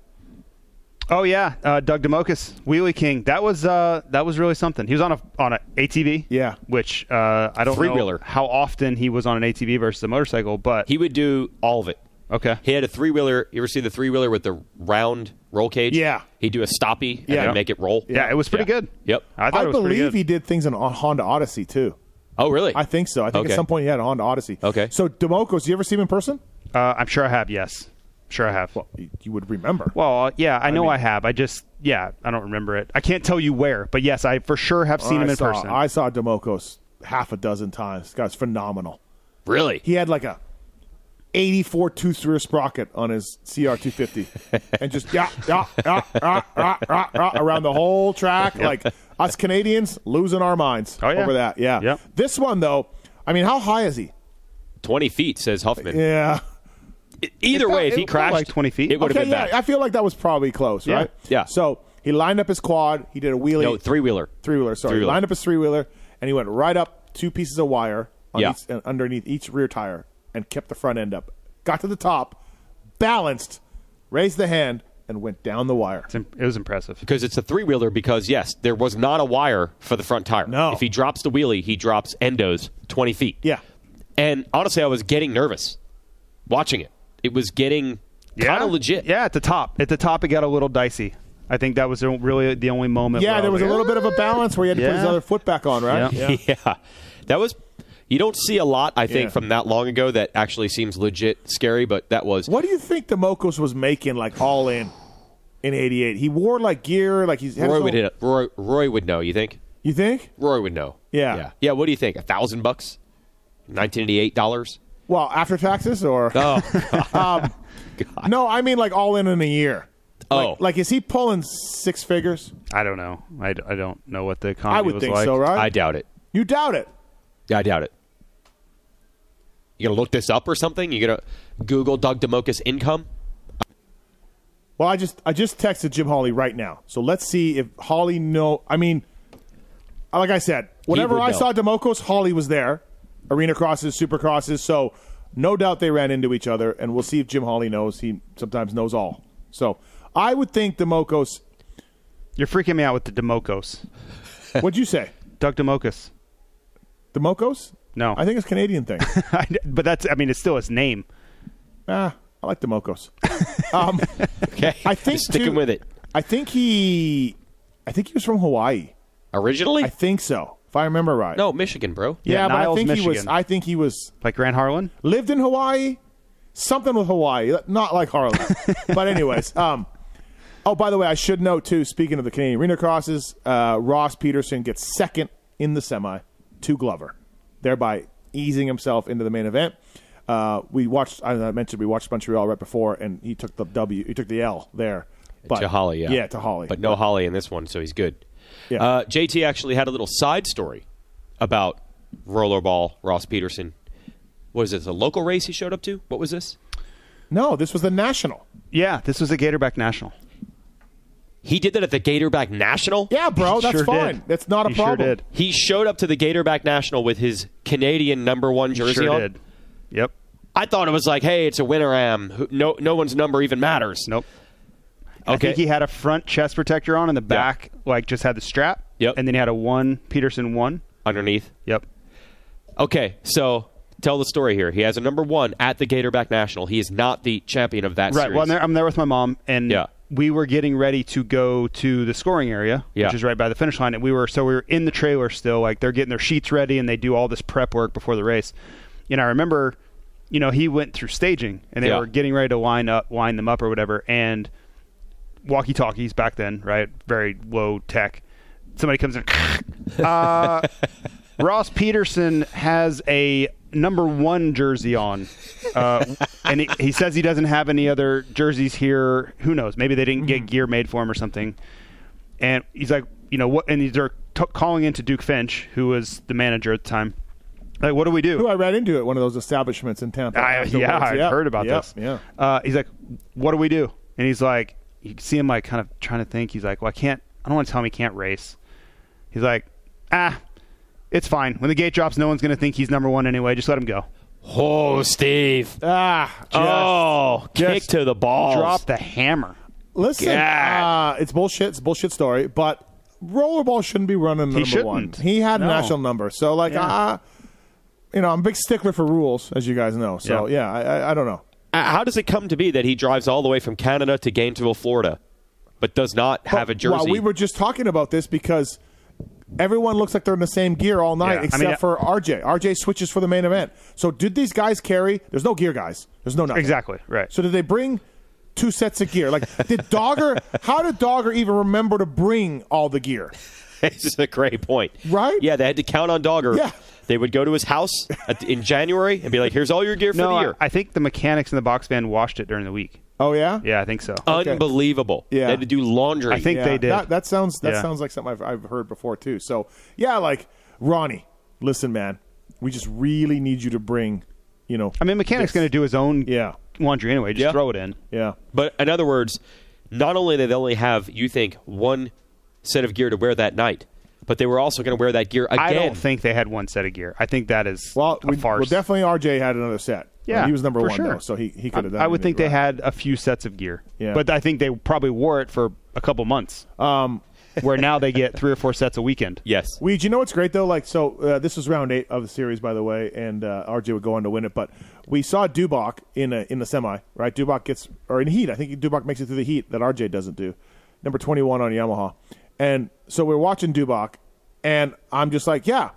G: Oh yeah, uh, Doug Demokas, Wheelie King. That was uh, that was really something. He was on a on a ATV.
E: Yeah.
G: which uh, I don't know
F: Three-wheeler.
G: how often he was on an ATV versus a motorcycle, but
F: He would do all of it.
G: okay.
F: He had a three wheeler. You ever see the three wheeler with the round roll cage?
E: Yeah.
F: He'd do a stoppy and
E: Yeah.
F: then make it roll.
G: yeah, it was pretty
F: Yeah.
G: good.
F: Yep.
G: I thought
E: I
G: it was pretty
E: believe
G: good.
E: he did things on on Honda Odyssey too.
F: Oh, really?
E: I think so. I think
F: Okay.
E: at some point he had a Honda Odyssey.
F: Okay.
E: So Demokos, you ever see him in person?
G: Uh, I'm sure I have. Yes, sure I have. Well,
E: You, you would remember.
G: uh, yeah, I know I, have. I just yeah, I don't remember it. I can't tell you where, but yes, I for sure have seen
E: I
G: him in
E: saw,
G: person.
E: I saw Demokos half a dozen times. This guy's phenomenal.
F: Really?
E: He had like a 84 tooth rear sprocket on his CR250 and just yeah, yeah, yeah, yeah, yeah, yeah, yeah, around the whole track. Like us Canadians losing our minds
G: Oh, yeah.
E: over that. Yeah.
G: Yep.
E: This one, though, I mean, how high is he?
F: 20 feet, says Huffman.
E: Yeah.
F: Either way,
G: felt-
F: if he
G: it felt
F: crashed
G: like 20 feet.
F: it would
E: okay,
F: have been
E: yeah.
F: bad.
E: I feel like that was probably close,
G: Yeah.
E: right?
F: Yeah.
E: So he lined up his quad. He did a wheelie.
F: no, three wheeler.
E: three wheeler. Sorry,
F: Three-wheeler.
E: lined up his three wheeler, and he went right up two pieces of wire on
F: Yeah.
E: each, and underneath each rear tire, and kept the front end up. Got to the top, balanced, raised the hand, and went down the wire.
G: It's im- It was impressive.
F: Because it's a three wheeler, because yes, there was not a wire for the front tire.
E: No.
F: If he drops the wheelie, he drops endos 20 feet.
E: Yeah,
F: And honestly, I was getting nervous watching it. It was getting kind of legit.
G: Yeah, at the top. At the top, it got a little dicey. I think that was the- really the only moment. where
E: yeah.
G: I
E: There was a
G: like,
E: little bit of a balance where he had to put his
G: Yeah.
E: other foot back on, right?
G: Yeah.
F: yeah. That was. You don't see a lot, I think,
E: Yeah.
F: from that long ago that actually seems legit scary, but that was.
E: What do you think the Mocos was making, like all in, in '88? He wore like gear, like he's. had his
F: Roy
E: own-
F: would, hit it. Roy, Roy would know, you think?
E: You think?
F: Roy would know.
E: Yeah.
F: Yeah. Yeah. What do you think? A thousand bucks? Nineteen eighty-eight dollars?
E: Well, after taxes or Um,
F: Oh.
E: no? I mean, like all in in a year.
F: oh.
E: Like, is he pulling six figures?
G: I don't know. I, d- I don't know what the economy
E: I would
G: was
E: think
G: like.
E: so, right?
F: I doubt it.
E: You doubt it.
F: Yeah, I doubt it. You gonna look this up or something? You gonna Google Doug Demokas income?
E: Well, I just I just texted Jim Hawley right now, so let's see if Hawley know. I mean, like I said, whenever
F: would
E: I
F: know.
E: saw Demokos, Hawley was there. Arena crosses, super crosses, so no doubt they ran into each other, and we'll see if Jim Hawley knows. He sometimes knows all. So I would think Demokos.
G: You're freaking me out with the Demokos.
E: What'd you say,
G: Doug Demokos.
E: Demokos?
G: No.
E: I think it's a Canadian thing.
G: but that's, I mean, it's still his name.
E: ah, I like Demokos. Um,
F: Okay.
E: I think
F: sticking
E: too-
F: with it.
E: I think he, I think he was from Hawaii.
F: Originally?
E: I think so, if I remember right.
F: no, Michigan, bro.
E: Yeah,
G: Yeah,
E: but I
G: Niles,
E: think he was.
G: Michigan.
E: I think he was
G: Like Grant Harlan?
E: lived in Hawaii, something with Hawaii, not like Harlem. but anyways, um, oh by the way, I should note too. Speaking of the Canadian Arena crosses, uh, Ross Peterson gets second in the semi to Glover, thereby easing himself into the main event. Uh, we watched. I I mentioned we watched Montreal right before, and he took the W. He took the L there. But,
F: to Holly, yeah.
E: Yeah, to Holly.
F: But no Holly in this one, so he's good.
E: Yeah.
F: Uh, JT actually had a little side story about rollerball Ross Peterson. What is it? The local race he showed up to? What was this?
E: no, this was the national.
G: Yeah, this was a Gatorback National.
F: He did that at the Gatorback National?
E: Yeah, bro,
G: He
E: that's
G: sure
E: fine.
G: did.
E: That's not a
G: He sure
E: problem.
G: did.
F: He showed up to the Gatorback National with his Canadian number one jersey
G: Sure
F: on.
G: did. Yep.
F: I thought it was like, hey, it's a winner am. Who- No, no one's number even matters.
G: Nope. I
F: Okay.
G: think he had a front chest protector on, and the back like just had the strap.
F: Yep.
G: And then he had a one Peterson one.
F: Underneath.
G: Yep.
F: Okay, so tell the story here. He has a number one at the Gatorback National. He is not the champion of that
G: Right.
F: series.
G: Well, I'm there, uh, I'm there with my mom, and
F: Yeah.
G: we were getting ready to go to the scoring area,
F: Yeah.
G: which is right by the finish line. And we were so we were in the trailer still, like they're getting their sheets ready, and they do all this prep work before the race. And I remember, you know, he went through staging, and they
F: Yeah.
G: were getting ready to line up, line them up, or whatever, and walkie talkies back then, right? Very low tech. Somebody comes in. uh, Ross Peterson has a number one jersey on, uh, and he, he says he doesn't have any other jerseys here. Who knows? Maybe they didn't get gear made for him or something. And he's like, you know what? And they're t- calling into Duke Finch, who was the manager at the time. Like, what do we do?
E: Who I ran into at one of those establishments in Tampa.
G: I,
E: afterwards.
G: yeah, I've
E: Yep,
G: heard about
E: yep,
G: this.
E: Yeah.
G: Uh, he's like, what do we do? And he's like, you can see him like kind of trying to think. He's like, well, I can't. I don't want to tell him he can't race. He's like, ah, it's fine. When the gate drops, no one's going to think he's number one anyway. Just let him go.
F: oh, Steve.
E: Ah, just-
F: oh, kick
G: just
F: to the balls.
G: Drop the hammer.
E: listen, uh,
F: God.
E: it's bullshit. It's a bullshit story, but rollerball shouldn't be running number one.
G: shouldn't.
E: He had a
G: No.
E: national number, so like,
G: Yeah.
E: uh, you know, I'm a big stickler for rules, as you guys know. So yeah, I, I, I don't know.
F: Uh, How does it come to be that he drives all the way from Canada to Gainesville, Florida, but does not have a jersey?
E: Well, we were just talking about this because everyone looks like they're in the same gear all night,
G: Yeah. I
E: except
G: mean,
E: for RJ. RJ switches for the main event. So did these guys carry? There's no gear, guys. There's no nothing.
G: Exactly. Right.
E: So did they bring two sets of gear? Like did Dogger? how did Dogger even remember to bring all the gear?
F: it's a great point.
E: Right?
F: Yeah, they had to count on Dogger.
E: Yeah.
F: They would go to his house at the, in January and be like, "Here's all your gear for
G: No,
F: the
G: I,
F: year."
G: I think the mechanics in the box van washed it during the week.
E: Oh yeah,
G: Yeah, I think so.
F: Unbelievable.
E: Yeah.
F: They had to do laundry.
G: I think
E: Yeah,
G: they did.
E: That, that sounds that
G: Yeah.
E: sounds like something I've, I've heard before too. So yeah, like Ronnie, listen, man, we just really need you to bring, you know,
G: I mean, mechanic's going to do his own
E: Yeah.
G: laundry anyway. Just
F: Yeah.
G: throw it in.
E: yeah,
F: But in other words, not only did they only have, you think, one set of gear to wear that night, but they were also going to wear that gear again.
G: I don't think they had one set of gear. I think that is
E: well,
G: a
E: we, well,
G: farce.
E: definitely RJ had another set.
G: Yeah,
E: he was number
G: for
E: one
G: sure.
E: though, so he, he could have done.
G: I would
E: anything,
G: think they
E: right?
G: had a few sets of gear.
E: Yeah.
G: But I think they probably wore it for a couple months.
E: Um,
G: where now they get three or four sets a weekend.
F: Yes.
E: Weed, you know what's great though? Like, so uh, this was round eight of the series, by the way, and uh, RJ would go on to win it. But we saw Dubak in a, in the semi, right? Dubak gets or in heat. I think Dubak makes it through the heat that RJ doesn't do. Number twenty one on Yamaha, and so we're watching Dubak, and I'm just like, yeah,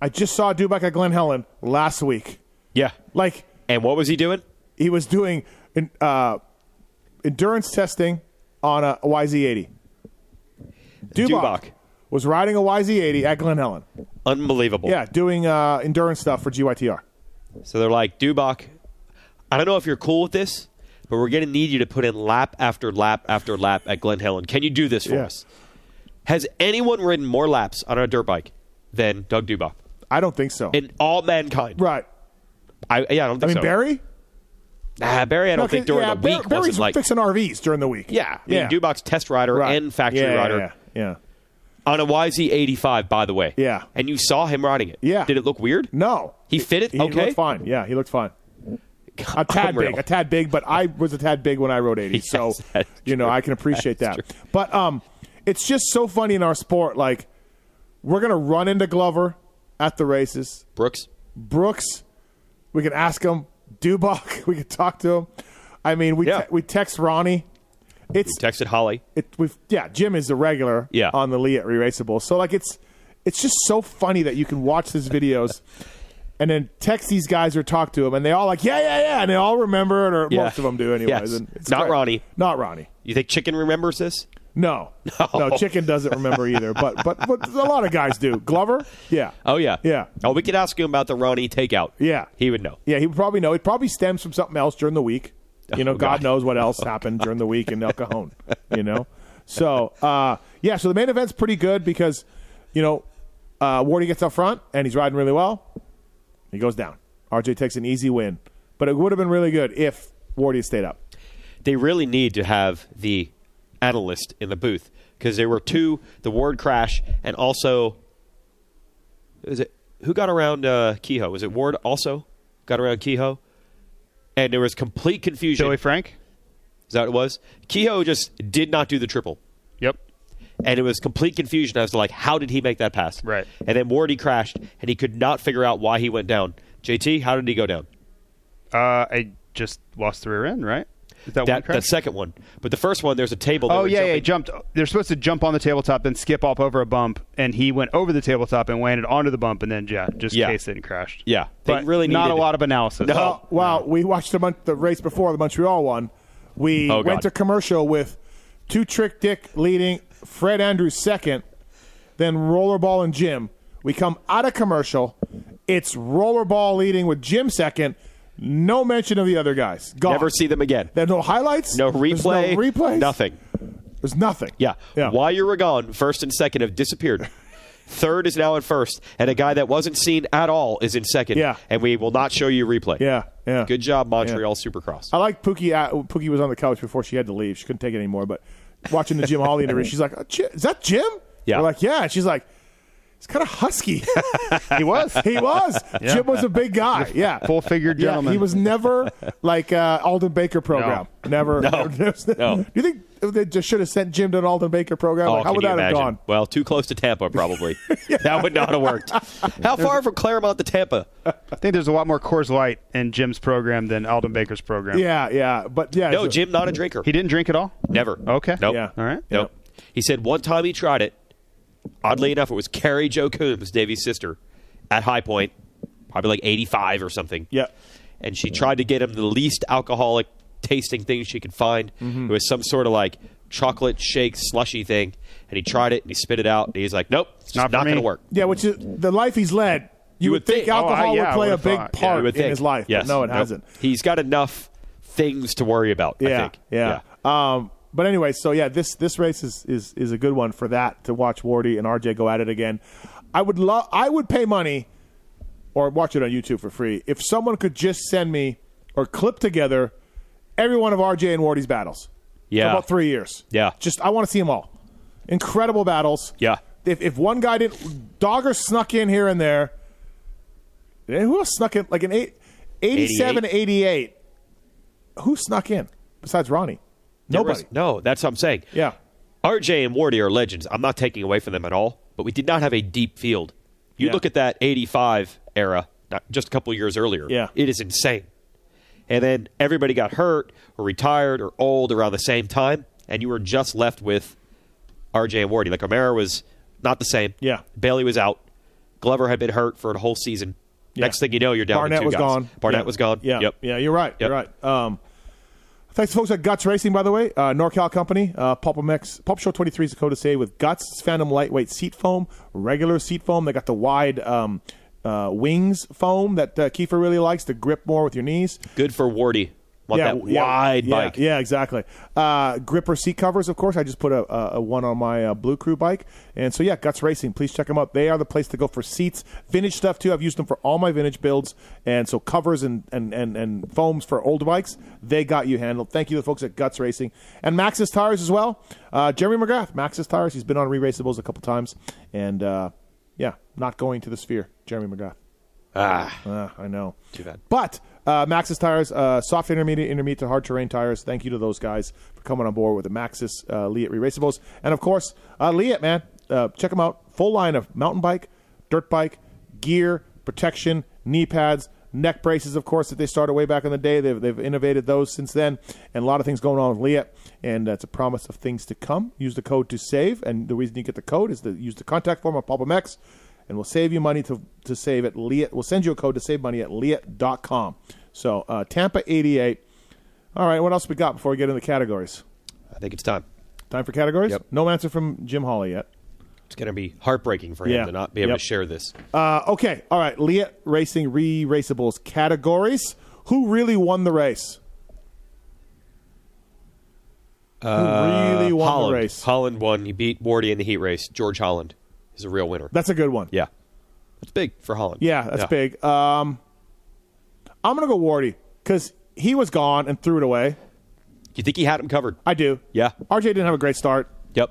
E: I just saw Dubak at Glen Helen last week.
F: Yeah.
E: Like
F: And what was he doing?
E: he was doing en- uh, endurance testing on a YZ80. Dubak,
F: Dubak.
E: was riding a YZ80 at Glen Helen.
F: Unbelievable.
E: Yeah, doing uh, endurance stuff for GYTR.
F: So they're like, Dubak, I don't know if you're cool with this, but we're going to need you to put in lap after lap after lap at Glen Helen. Can you do this for
E: Yeah.
F: us? Has anyone ridden more laps on a dirt bike than Doug Dubak
E: I don't think so.
F: in all mankind?
E: right.
F: I, yeah, I don't
E: I
F: think
E: mean,
F: so.
E: Barry?
F: Nah, Uh, Barry, I don't
E: Okay,
F: think during
E: yeah,
F: the
E: Bar-
F: week
E: Barry's
F: wasn't like.
E: fixing RVs during the week.
F: Yeah, I mean, Dubak's test rider
E: Right.
F: and factory
E: Yeah, yeah,
F: rider
E: Yeah, yeah.
F: on a YZ85, by the way.
E: Yeah.
F: and you saw him riding it.
E: Yeah.
F: did it look weird?
E: No.
F: He fit it?
E: He
F: Okay.
E: looked fine. Yeah, he looked fine. A tad
F: Unreal.
E: big, a tad big, but I was a tad big when I rode 80,
F: Yes,
E: so
F: that's
E: you know
F: true.
E: I can appreciate
F: That's
E: that.
F: true.
E: But um, it's just so funny in our sport. Like we're gonna run into Glover at the races.
F: Brooks,
E: Brooks. We can ask him. Dubach. We can talk to him. I mean, we
F: Yeah.
E: te- we text Ronnie. It's
F: texted Holly.
E: it, we've yeah. Jim is a regular
F: Yeah.
E: on the Lee at Reraceable. So like it's it's just so funny that you can watch these videos. And then text these guys or talk to them, and they all like, yeah, yeah, yeah, and they all remember it, or
F: Yeah.
E: most of them do, anyways.
F: Yes.
E: And it's
F: Not Ronnie.
E: Not Ronnie.
F: You think Chicken remembers this?
E: No.
F: No.
E: Chicken doesn't remember either, but but but a lot of guys do. Glover, yeah.
F: Oh yeah,
E: Yeah.
F: Oh, we could ask him about the Ronnie takeout.
E: Yeah.
F: he would know.
E: Yeah, he would probably know. It probably stems from something else during the week. You know,
F: Oh,
E: God,
F: God.
E: knows what else happened during the week in El Cajon. You know, so uh, yeah. So the main event's pretty good because you know uh, Wardy gets up front and he's riding really well. He goes down. RJ takes an easy win, but it would have been really good if Wardy had stayed up.
F: They really need to have the analyst in the booth because there were two: the Ward crash and also, is it who got around uh, Kehoe? Was it Ward also got around Kehoe? And there was complete confusion.
G: Joey Frank?
F: Is that what it was? Kehoe just did not do the triple.
G: Yep.
F: And it was complete confusion as to like how did he make that pass?
G: Right.
F: And then Wardy crashed and he could not figure out why he went down. JT, how did he go down?
G: Uh, I just lost the rear end, right? Is that, one
F: That
G: correct?
F: that second one. But the first one there's a table they
G: Oh
F: were
G: yeah, yeah, he
F: jumping-
G: jumped. They're supposed to jump on the tabletop, then skip off over a bump, and he went over the tabletop and landed onto the bump, and then yeah, just
F: Yeah.
G: cased it and crashed.
F: Yeah. They
G: but
F: really
G: not a
F: needed-
G: lot of analysis.
F: No.
E: Well, wow, we watched the, mon- the race before the Montreal one. We
F: Oh,
E: went
F: God.
E: to commercial with two trick dick leading, Fred Andrews second, then rollerball and Jim. We come out of commercial. It's rollerball leading with Jim second. No mention of the other guys. Gone.
F: Never see them again.
E: There's no highlights.
F: No
E: There's
F: replay.
E: no replays.
F: Nothing.
E: There's nothing.
F: Yeah.
E: Yeah.
F: While you were gone, first and second have disappeared. Third is now in first, and a guy that wasn't seen at all is in second.
E: Yeah.
F: And we will not show you replay.
E: Yeah. Yeah.
F: Good job, Montreal Supercross.
E: I like Pookie. Uh, Pookie was on the couch before she had to leave. She couldn't take it anymore. But watching the Jim Holly interview, she's like, "Uh, Ji- "Is that Jim?"
F: Yeah.
E: We're like, "Yeah." And she's like, "It's kind of husky."
G: he was.
E: he was. Jim was a big guy. Yeah,
G: full-figured
E: Yeah,
G: gentleman.
E: he was never like uh, Alden Baker program. Never.
F: No.
E: never-
F: No.
E: Do you think they just should have sent Jim to an Alden Baker program?
F: Oh,
E: like, how
F: can
E: would
F: you
E: that
F: imagine?
E: have gone?
F: Well, too close to Tampa, probably. That would not have worked. How far from Claremont to Tampa?
G: I think there's a lot more Coors Light in Jim's program than Alden Baker's program.
E: Yeah, yeah, but yeah.
F: No,
E: so-
F: Jim, not a drinker.
G: He didn't drink at all.
F: Never.
G: Okay.
F: Nope.
E: Yeah.
G: All right.
F: Nope. He said one time he tried it. Oddly enough, it was Carrie Joe Coombs, Davy's sister, at High Point, probably like 85 or something.
E: Yeah. Mm-hmm.
F: And she tried to get him the least alcoholic tasting thing she could find. It was some sort of like chocolate shake slushy thing, and he tried it and he spit it out. And he's like, "Nope, it's
G: Not
F: not,
G: for me.
F: going to work."
E: Yeah, which is the life he's led. You, would think,
G: Oh, I-
E: alcohol
G: yeah, I
E: would play a
G: would've
E: big
G: thought. Yeah,
E: part
G: you
E: in his life.
F: Yes.
E: But no, it
F: Nope.
E: hasn't.
F: He's got enough things to worry about. I
E: Yeah,
F: think.
E: yeah. Um, but anyway, so yeah, this this race is, is is a good one for that to watch Wardy and RJ go at it again. I would love. I would pay money or watch it on YouTube for free if someone could just send me or clip together every one of RJ and Wardy's battles.
F: Yeah.
E: for about three years.
F: Yeah.
E: just I want to see them all. Incredible battles.
F: Yeah.
E: If if one guy did, Dogger snuck in here and there. Eh, Who else snuck in? Like an eight, 87, 88. Who snuck in besides Ronnie?
F: There
E: Nobody.
F: was- no, that's what I'm saying.
E: Yeah.
F: RJ and Wardy are legends. I'm not taking away from them at all, but we did not have a deep field. You
E: Yeah.
F: look at that 85 era, not just a couple years earlier.
E: Yeah.
F: It is insane. And then everybody got hurt or retired or old around the same time, and you were just left with RJ and Wardy. Like O'Mara was not the same.
E: Yeah.
F: Bailey was out. Glover had been hurt for a whole season.
E: Yeah.
F: Next thing you know, you're down
E: Barnett
F: to two
E: was
F: guys.
E: gone.
F: Barnett
E: Yeah.
F: was gone.
E: Yeah.
F: Yep.
E: Yeah. You're right. You're
F: Yep.
E: right. Um, thanks to folks at Guts Racing, by the way. Uh, NorCal Company, uh, Pulpamex, Pulp Show 23 is Dakota City with Guts, It's Phantom Lightweight Seat Foam, regular seat foam. They got the wide um, uh, wings foam that uh, Kiefer really likes to grip more with your knees.
F: Good for Wardy. Want that wide
E: yeah,
F: bike.
E: Yeah, exactly. Uh, gripper seat covers, of course. I just put a, a, a one on my uh, Blue Crew bike. And so, yeah, Guts Racing, please check them out. They are the place to go for seats, vintage stuff, too. I've used them for all my vintage builds. And so, covers and, and, and, and foams for old bikes, they got you handled. Thank you to the folks at Guts Racing. And Max's Tires as well. Uh, Jeremy McGrath, Max's Tires. He's been on Re Raceables a couple times. And uh, yeah, not going to the sphere, Jeremy McGrath. Uh, I know. Too
F: bad.
E: But uh, Maxis tires, uh, soft intermediate, intermediate to hard terrain tires. Thank you to those guys for coming on board with the Maxis uh, Liat Reraceables, and of course uh, Liat man, uh, check them out. Full line of mountain bike, dirt bike, gear, protection, knee pads. Neck braces, of course, that they started way back in the day. They've, they've innovated those since then, and a lot of things going on with Liat. And that's a promise of things to come. Use the code to save, and the reason you get the code is to use the contact form on PulpMX and we'll save you money to, to save at Liat. We'll send you a code to save money at Liat.com. So uh, Tampa 88. All right, what else we got before we get into the categories?
F: I think it's time.
E: Time for categories?
F: Yep.
E: No answer from Jim Hawley yet.
F: It's going to be heartbreaking for him
E: Yeah.
F: to not be able
E: Yep.
F: to share this.
E: Uh, okay, all right, Liat Racing Re Raceables categories. Who really won the race? Who really won
F: Uh, Holland.
E: the race?
F: Holland won. He beat Wardy in the heat race. George Holland is a real winner.
E: That's a good one.
F: yeah. That's big for Holland.
E: Yeah, that's big. Um, I'm going to go Wardy because he was gone and threw it away.
F: You think he had him covered?
E: I do.
F: Yeah.
E: RJ didn't have a great start.
F: Yep.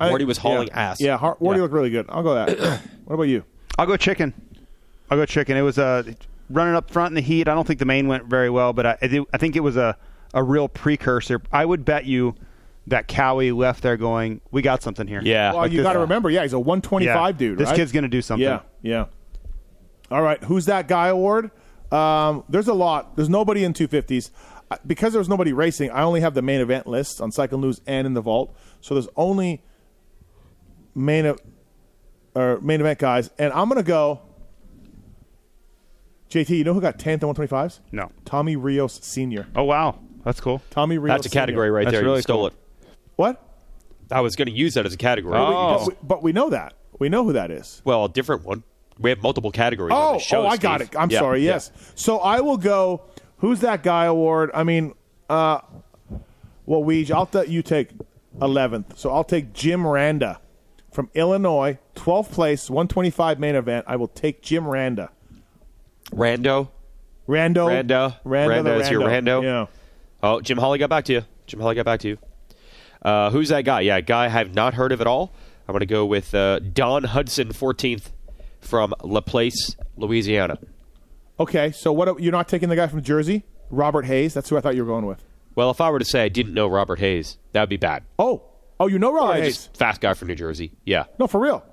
E: I think-
F: Wardy was hauling
E: yeah.
F: ass.
E: Yeah, Har- Wardy looked really good. I'll go that. what about you?
G: I'll go chicken. I'll go chicken. It was uh, running up front in the heat. I don't think the main went very well, but I, I, do- I think it was a, a real precursor. I would bet you that Cowie left there going, "We got something here."
F: Yeah.
E: Well,
F: Like
E: you
G: this-
E: got to remember, yeah, he's a 125 dude.
G: This
E: right?
G: kid's gonna do something.
E: Yeah, yeah. All right, who's that guy award? Um, there's a lot. There's nobody in 250s. I- Because there was nobody racing, I only have the main event lists on Cycle News and in the Vault. So there's only main ev- or main event guys, and I'm gonna go. JT, you know who got 10th and 125s?
G: No.
E: Tommy Rios Senior.
G: Oh wow, that's cool.
E: Tommy Rios.
F: That's a category
E: Sr..
F: right
G: That's
F: there.
G: really
F: you stole
G: cool.
F: it.
E: What?
F: I was going to use that as a category.
G: Oh.
E: But we, but we know that. We know who that is.
F: Well, a different one. We have multiple categories. on
E: Oh,
F: this show,
E: oh, I
F: Steve.
E: got it. I'm
F: Yeah.
E: sorry.
F: Yeah.
E: Yes. So I will go. Who's that guy award? I mean, uh, well, Weege, I'll let you take 11th. So I'll take Jim Randa from Illinois, 12th place, 125 main event. I will take Jim Randa.
F: Rando.
E: Rando.
F: Randa.
E: Randa. the
F: Randa is your Rando.
E: Yeah.
F: Oh, Jim Holly got back to you. Jim Holly got back to you. Uh, who's that guy? Yeah, a guy I have not heard of at all. I'm going to go with uh, Don Hudson, 14th from LaPlace, Louisiana.
E: Okay. So what? You're not taking the guy from Jersey, Robert Hayes. That's who I thought you were going with.
F: Well, if I were to say I didn't know Robert Hayes, that would be bad.
E: Oh, oh, you know Robert
F: I
E: Hayes.
F: just fast guy from New Jersey. Yeah.
E: no, for real.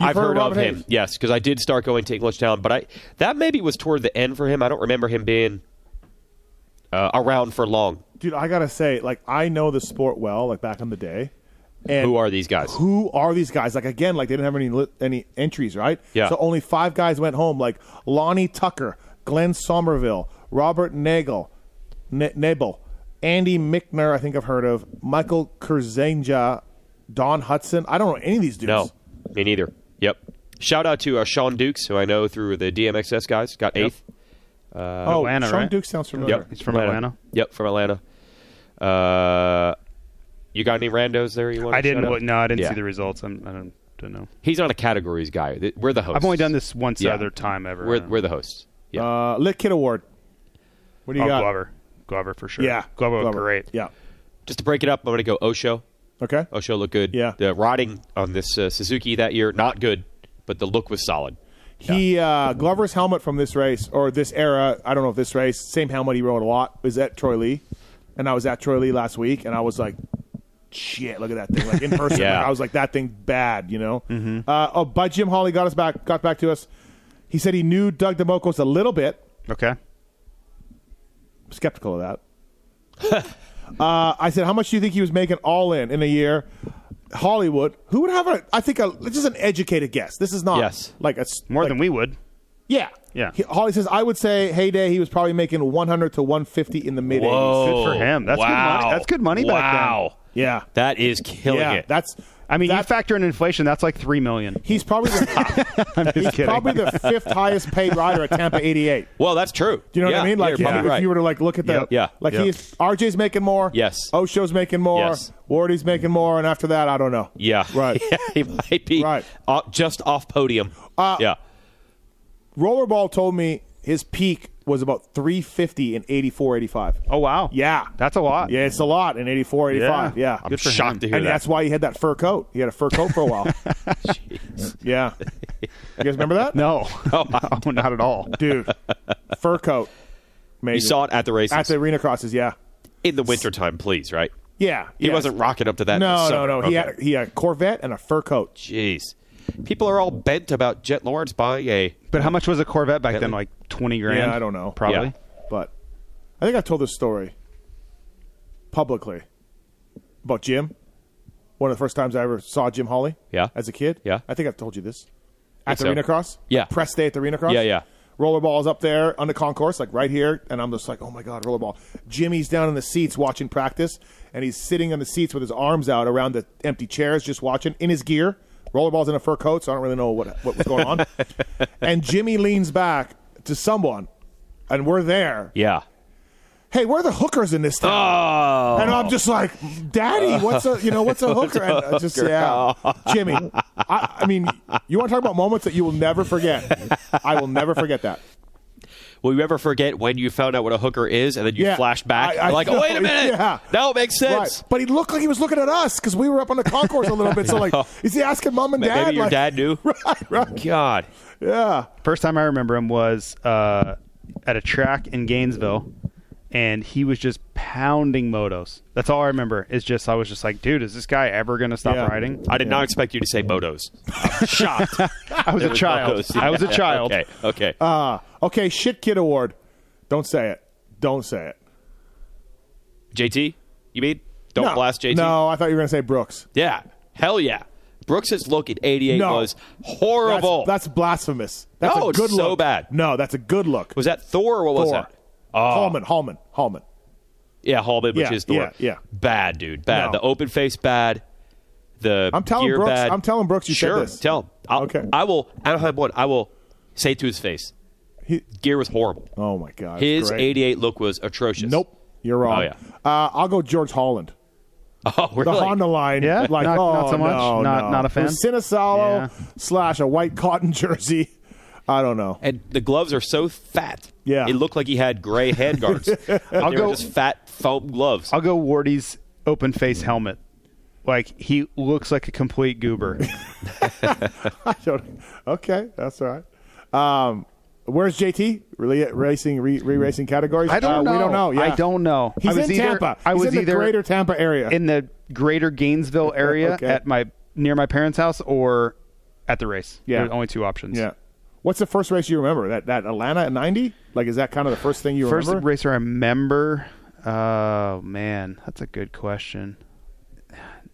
E: You've
F: I've heard, of
E: Robert
F: him.
E: Hayes?
F: Yes, because I did start going to English Town, but I that maybe was toward the end for him. I don't remember him being uh, around for long.
E: dude i gotta say like i know the sport well like back in the day and
F: Who are these guys?
E: who are these guys like again like they didn't have any li- any entries right
F: Yeah.
E: so only five guys went home like lonnie tucker glenn somerville robert nagel N- nabel Andy Mickner, I think I've heard of, Michael Kurzanja, Don Hudson. I don't know any of these dudes.
F: No, me neither. Yep. Shout out to uh, Sean Dukes, who I know through the DMXS guys, got eighth.
E: oh,
G: Uh, Atlanta,
E: Sean
G: right?
E: Duke sounds familiar.
F: Yep,
G: He's from Atlanta.
F: Yep, from Atlanta. Uh, you got any randos there? You want?
G: I didn't.
F: Look,
G: Look, no, I didn't
F: Yeah.
G: see the results. I'm, I don't, don't know.
F: He's not a categories guy. Th- We're the hosts.
G: I've only done this once
F: Yeah.
G: other time ever.
F: We're we're the hosts. Yeah.
E: Uh, Lit Kid Award. What do you
G: oh,
E: got?
G: Glover, Glover for sure.
E: Yeah,
G: Glover, looked great.
E: Yeah.
F: Just to break it up, I'm going to go Osho.
E: Okay.
F: Osho looked good.
E: Yeah.
F: The riding on this uh, Suzuki that year, not good, but the look was solid.
E: He uh, Glover's helmet from this race or this era. I don't know if this race same helmet he rode a lot is at Troy Lee, and I was at Troy Lee last week, and I was like, shit, look at that thing, like in person.
F: Yeah.
E: like, I was like, that thing bad, you know. Mm-hmm. Uh, oh, but Jim Hawley got us back, got back to us. He said he knew Doug Demokos a little bit,
G: Okay.
E: skeptical of that. uh, I said, "How much do you think he was making all in in a year?" Hollywood. Who would have a? I think a, this is an educated guess. This is not
F: Yes.
E: like a s-
G: More
E: like-
G: than we would.
E: yeah
G: Yeah.
E: He, Holly says, "I would say heyday. He was probably making 100 to 150 in the mid 80s.
G: Good for him. That's good
F: Oh,
G: money-
F: wow.
G: that's good money back then.
F: Wow.
E: Yeah,
F: That is killing
E: yeah.
F: it.
E: That's.
G: I mean, you
E: that,
G: factor in inflation, that's like three million.
E: he's probably the, he's
G: kidding.
E: probably the fifth highest paid rider at Tampa 88.
F: well, that's true.
E: Do you know
F: Yeah,
E: what I mean? Like
F: you're
E: if,
F: probably
E: if
F: right.
E: you were to like look at the
G: Yep.
F: Yeah.
E: like
F: Yep.
E: he's RJ's making more.
F: Yes.
E: Osho's making more.
F: Yes.
E: Wardy's making more, and after that, I don't know.
F: yeah.
E: Right.
F: Yeah, he might be
E: Right.
F: uh, just off podium.
E: Uh,
F: yeah.
E: Rollerball told me his peak was about 350 in 84, 85.
G: Oh wow.
E: Yeah.
G: That's a lot.
E: Yeah, it's a lot in 84, 85. Yeah.
G: Yeah.
F: I'm
G: good for
F: shocked
G: him.
F: to hear
E: and
F: that.
E: that's why he had that fur coat. He had a fur coat for a while. yeah. You guys remember that?
G: No.
F: Oh,
G: no, not at all.
E: Dude, fur coat.
F: you
E: Amazing.
F: saw it at the races
E: At the arena crosses, yeah.
F: in the wintertime, please, right?
E: Yeah.
F: He
E: yeah.
F: wasn't rocking up to that. in the
E: No, no,
F: summer.
E: no. He
F: Okay.
E: had he had a Corvette and a fur coat.
F: Jeez. People are all bent about Jet Lawrence buying a.
G: But how much was a Corvette back then? Like twenty grand.
E: Yeah, I don't know.
G: Probably.
F: Yeah.
E: But I think I've told this story publicly about Jim. One of the first times I ever saw Jim Hawley.
F: Yeah.
E: As a kid.
F: Yeah.
E: I think I've told you this. At the
F: so.
E: Arena Cross?
F: Yeah.
E: Press day at the Arena Cross?
F: Yeah, yeah.
E: Rollerball's up there on the concourse, like right here, and I'm just like, oh my God, rollerball. Jimmy's down in the seats watching practice, and he's sitting on the seats with his arms out around the empty chairs, just watching in his gear. Rollerball's in a fur coat, so I don't really know what, what was going on. and Jimmy leans back to someone, and we're there.
F: Yeah.
E: Hey, where are the hookers in this town?
F: Oh.
E: And I'm just like, Daddy, what's a you know what's a hooker? And uh, just yeah, Jimmy. I, I mean, you want to talk about moments that you will never forget? I will never forget that.
F: Will you ever forget when you found out what a hooker is and then you
E: Yeah.
F: flash back?
E: I- I
F: You're like, oh,
E: know,
F: wait a minute.
E: yeah.
F: Now it makes sense.
E: Right. But he looked like he was looking at us because we were up on the concourse a little bit. So like, is he asking mom and
F: Ma-
E: dad?
F: Maybe your
E: like,
F: dad knew.
E: Right, right.
F: God.
E: Yeah.
G: First time I remember him was uh, at a track in Gainesville, and he was just pounding motos. That's all I remember. Is just I was just like, dude, is this guy ever gonna stop
E: Yeah.
G: riding?
F: I did not expect you to say motos. I'm shocked.
G: I was a child. I was a child.
F: Okay. Okay.
E: Uh, okay. Shit, kid award. Don't say it. Don't say it.
F: JT, you mean? Don't
E: no.
F: blast JT?
E: No, I thought you were gonna say Brooks.
F: Yeah. Hell yeah. Brooks's look at 88
E: No.
F: was
E: That's,
F: horrible.
E: that's blasphemous. That's
F: No,
E: a
F: it's
E: good
F: so
E: look.
F: bad.
E: No, that's a good look.
F: was that Thor or what was
E: Thor.
F: that? Oh.
E: Hallman, Hallman, Hallman.
F: Yeah, Hallman, which
E: Yeah,
F: is the word.
E: yeah, yeah.
F: Bad, dude. Bad.
E: No.
F: The open face bad. The
E: I'm telling
F: gear
E: Brooks-
F: bad.
E: I'm telling Brooks you said
F: sure,
E: this.
F: Tell him. I'll,
E: Okay.
F: I will. Anaheim one. I will say it to his face.
E: He-
F: gear was horrible.
E: Oh my God,
F: his
E: great.
F: 88 look was atrocious.
E: Nope, you're wrong.
F: Oh, yeah.
E: uh, I'll go George Holland.
F: Oh, really?
E: The Honda line,
G: Yeah?
E: like
G: Not-
E: oh,
G: not so much?
E: no,
G: Not-
E: no.
G: not a fan?
E: It was Sinisalo
G: Yeah.
E: slash a white cotton jersey. I don't know.
F: And the gloves are so fat.
E: Yeah.
F: It looked like he had gray hand guards. I'll
G: go-
F: just fat foam gloves.
G: I'll go Wardy's open face helmet. Like he looks like a complete goober.
E: I don't- okay, that's all right. Um, where's JT? Really racing, re racing categories?
G: I don't
E: Uh, We
G: know.
E: don't know. Yeah.
G: I don't know.
E: He's
G: I was
E: in
G: either-
E: Tampa.
G: I
E: He's
G: was
E: in the
G: either-
E: greater Tampa area.
G: in the greater Gainesville area
E: Okay.
G: at my near my parents' house or at the race.
E: Yeah.
G: There's only two options.
E: yeah. What's the first race you remember? That that Atlanta at ninety? Like, is that kind of the first thing you
G: First
E: remember?
G: racer I remember. Oh man, that's a good question.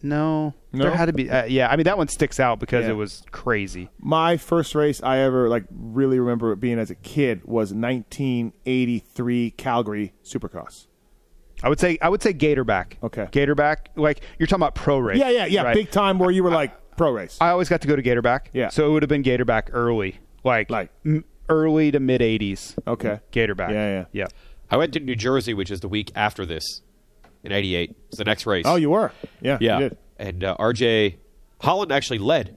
G: No,
E: No?
G: there had to be. Uh, yeah, I mean that one sticks out because
E: Yeah.
G: it was crazy.
E: my first race I ever like really remember it being as a kid was 1983 Calgary Supercross.
G: I would say I would say Gatorback.
E: Okay.
G: Gatorback. Like you're talking about pro race.
E: Yeah, yeah, yeah.
G: right?
E: Big time where you were like pro race.
G: I always got to go to Gatorback.
E: Yeah.
G: So it would have been Gatorback early, like
E: Like-
G: m- early to mid '80s.
E: Okay.
G: Gatorback.
E: Yeah, yeah.
G: yeah.
F: I went to New Jersey, which is the week after this, in '88. It's the next race.
E: Oh, you were. Yeah. you
F: yeah.
E: did.
F: And uh, RJ Holland actually led.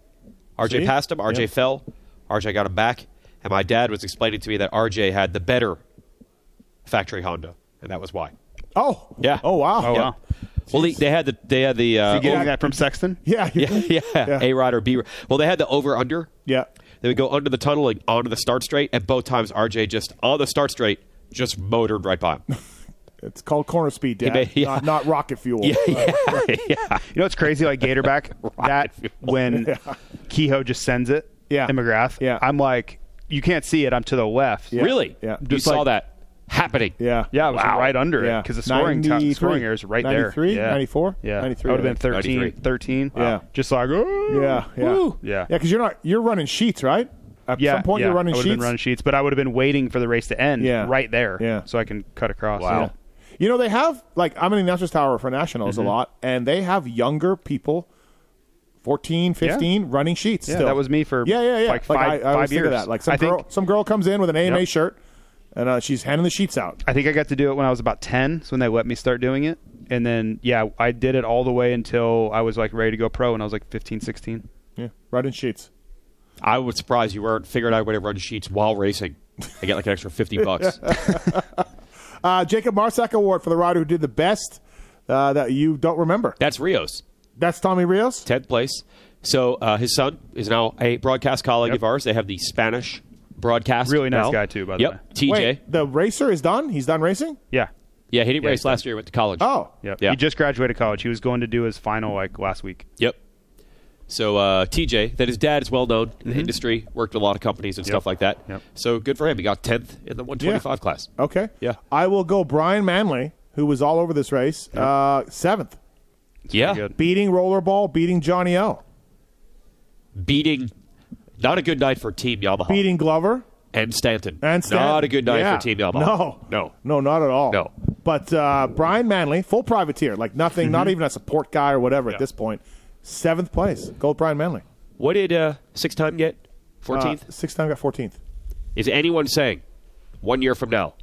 F: RJ
E: See?
F: passed him. RJ
E: Yeah.
F: fell. RJ got him back. And my dad was explaining to me that RJ had the better factory Honda, and that was why.
E: Oh.
F: Yeah.
E: Oh wow.
G: Oh wow.
F: Well, they, they had the they had the uh,
G: Getting
F: over-
G: that from Sexton.
E: Yeah.
F: yeah, yeah,
E: Yeah.
F: A rod or B. rod. Well, they had the over under.
E: Yeah.
F: They would go under the tunnel and onto the start straight, and both times RJ just on the start straight just motored right by him.
E: It's called corner speed, Dad.
F: may- yeah.
E: not, not rocket fuel.
G: You know what's crazy? Like Gatorback, that when Kehoe just sends it,
E: Yeah.
G: and McGrath,
E: Yeah.
G: I'm like, you can't see it. I'm to the left.
F: Really?
E: Yeah.
F: You
E: Just
F: saw
E: like-
F: that happening.
E: Yeah.
G: Yeah, I was
F: Wow.
G: right under
E: Yeah.
G: it because the scoring t-
E: 93.
G: scoring error is right
E: 93?
G: there. Yeah.
E: 94?
G: Yeah,
E: 93,
G: I would have
E: I
G: been 13,
F: 93.
G: 13.
E: Yeah.
G: just like oh,
E: Yeah. Yeah.
G: woo. yeah,
E: Yeah. Because you're not. You're running sheets, right? At
G: Yeah,
E: some point,
G: yeah.
E: you're running
G: I would've
E: sheets.
G: Been running sheets, but I would have been waiting for the race to end.
E: Yeah.
G: right there.
E: Yeah.
G: so I can cut across.
E: Yeah. You know, they have, like, I'm in the announcer's tower for nationals
G: Mm-hmm.
E: a lot, and they have younger people, 14, 15, running sheets.
G: Yeah,
E: still.
G: that was me for,
E: yeah, yeah, yeah.
G: like,
E: I,
G: five-
E: I always
G: five
E: think of
G: years.
E: that. Like, some,
G: I think-
E: girl, some girl comes in with an AMA
G: Yep.
E: shirt, and uh, she's handing the sheets out.
G: I think I got to do it when I was about 10. That's when they let me start doing it. And then, yeah, I did it all the way until I was like ready to go pro when I was like 15, 16.
E: Yeah, running sheets.
F: I was surprised you weren't figuring out a way to run sheets while racing. I get like an extra fifty bucks.
E: Uh, Jacob Marsack Award for the rider who did the best uh, that you don't remember.
F: That's Rios,
E: That's Tommy Rios?
F: tenth place. So uh, his son is now a broadcast colleague of ours. They have the Spanish broadcast.
G: Really nice
F: now.
G: guy, too, by the
F: yep.
G: way.
F: TJ.
E: Wait, the racer is done? He's done racing?
G: Yeah.
F: Yeah, he didn't
G: Yeah,
F: race
G: he's done.
F: last year. Went to college.
E: Oh.
G: Yep.
F: Yeah.
G: He just graduated college. He was going to do his final like last week.
F: Yep. So uh, TJ, that his dad is well known in the industry, worked at a lot of companies and stuff like that.
G: Mm-hmm. Yep.
F: So good for him. He got tenth in the one twenty five class.
E: Okay.
F: Yeah.
E: I will go Brian Manley, who was all over this race, uh, seventh. Ah,
F: yeah,
G: good.
E: Beating Rollerball, beating Johnny O.
F: beating. Not a good night for Team Yamaha
E: beating Glover
F: and Stanton.
E: and Stanton.
F: Not a good night
E: Yeah.
F: for Team Yamaha.
E: No,
F: no.
E: no, not at all.
F: No.
E: But uh, Brian Manley, full privateer, like nothing,
F: Mm-hmm.
E: not even a support guy or whatever at this point. Seventh place, gold Brian Manley.
F: What did uh, six time get? Fourteenth.
E: Uh, sixth time got fourteenth.
F: Is anyone saying one year from now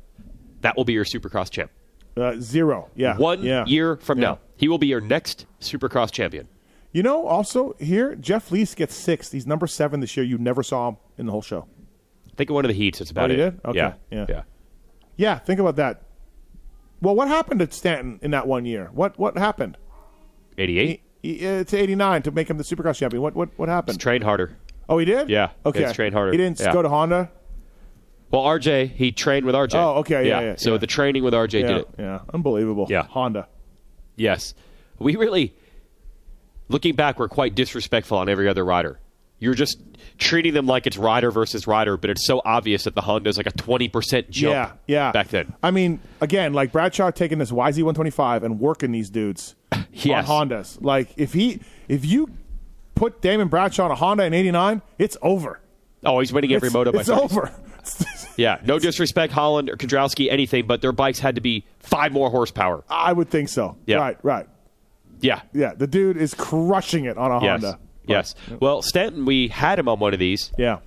F: that will be your Supercross champ?
E: Uh, zero. Yeah.
F: One
E: yeah.
F: year from
E: Yeah.
F: now, he will be your next Supercross champion.
E: You know, also here, Jeff Lees gets sixth. He's number seven this year. You never saw him in the whole show.
F: Think of one of the heats. That's about
E: Oh, he
F: it.
E: did? Okay.
F: Yeah.
E: Yeah.
F: yeah.
E: Yeah, think about that. Well, what happened to Stanton in that one year? What what happened?
F: Eighty-eight.
E: He, uh, to eighty nine to make him the Supercross champion. What what what happened?
F: Train harder.
E: Oh, he did.
F: Yeah,
E: Okay.
F: it's trained harder.
E: He didn't
F: Yeah.
E: go to Honda.
F: Well, RJ, he trained with RJ.
E: Oh, okay, yeah, yeah,
F: so
E: yeah.
F: the training with RJ
E: Yeah.
F: did it.
E: Yeah. Unbelievable.
F: Yeah.
E: Honda.
F: Yes. We really, looking back, we're quite disrespectful on every other rider. You're just treating them like it's rider versus rider, but it's so obvious that the Honda's like a 20% jump
E: Yeah. Yeah.
F: back then.
E: I mean, again, like Bradshaw taking this YZ125 and working these dudes
F: Yes.
E: on Hondas. Like if he if you put Damon Bradshaw on a Honda in '89, it's over.
F: Oh, he's winning every
E: it's,
F: moto by
E: It's
F: 30.
E: over.
F: Yeah, no disrespect, Holland or Kondrowski, anything, but their bikes had to be five more horsepower.
E: I would think so.
F: Yeah.
E: Right. Right.
F: Yeah.
E: Yeah. The dude is crushing it on a
F: Yes.
E: Honda.
F: Yes. Well, Stanton, we had him on one of these.
E: Yeah.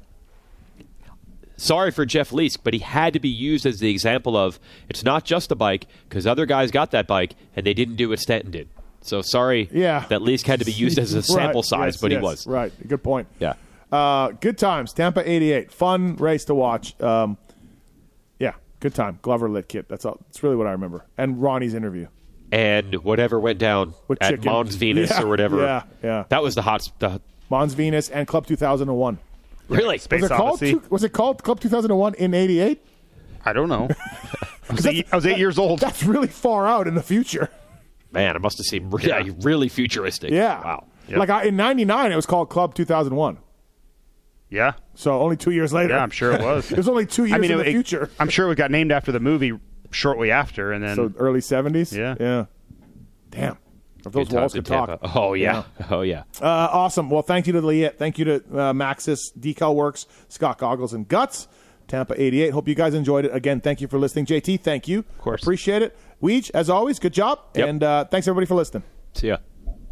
F: sorry for Jeff Leask, but he had to be used as the example of it's not just the bike because other guys got that bike and they didn't do what Stanton did. So sorry
E: Yeah.
F: that Leask had to be used as a sample
E: Right.
F: size,
E: Yes,
F: but
E: yes.
F: he was.
E: Right. Good point.
F: Yeah.
E: Uh, good times. Tampa 88. Fun race to watch. Um, yeah. Good time. Glover lit kit. That's all. That's really what I remember. And Ronnie's interview.
F: And whatever went down
E: With
F: at
E: chicken.
F: Mons Venus
E: Yeah,
F: or whatever.
E: yeah, yeah.
F: That was the hot the
E: Mons Venus and Club 2001.
F: Really?
E: Was it, called,
G: Odyssey.
E: two- was it called Club 2001 in 88?
G: I don't know. I, was eight, I was eight years old.
E: That's really far out in the future.
F: Man, it must have seemed really, really futuristic.
E: Yeah.
F: Wow.
E: Like I, in 99, it was called Club 2001.
G: Yeah.
E: So only two years later.
G: Yeah, I'm sure it was.
E: It was only two years
G: I mean,
E: in
G: it,
E: the future.
G: I'm sure it got named after the movie shortly after, and then
E: So early 70s?
G: Yeah.
E: Yeah. Damn. If those
F: Good times
E: walls
F: in
E: could talk.
F: Tampa. Oh yeah. Oh yeah.
E: Uh, awesome. Well, thank you to Liet. Thank you to uh, Maxis, Decal Works, Scott Goggles, and Guts. Tampa 88. Hope you guys enjoyed it. Again, thank you for listening. JT, thank you. Of
F: course.
E: Appreciate it. Weege, as always, good job.
F: Yep.
E: And uh, thanks, everybody, for listening.
F: See ya.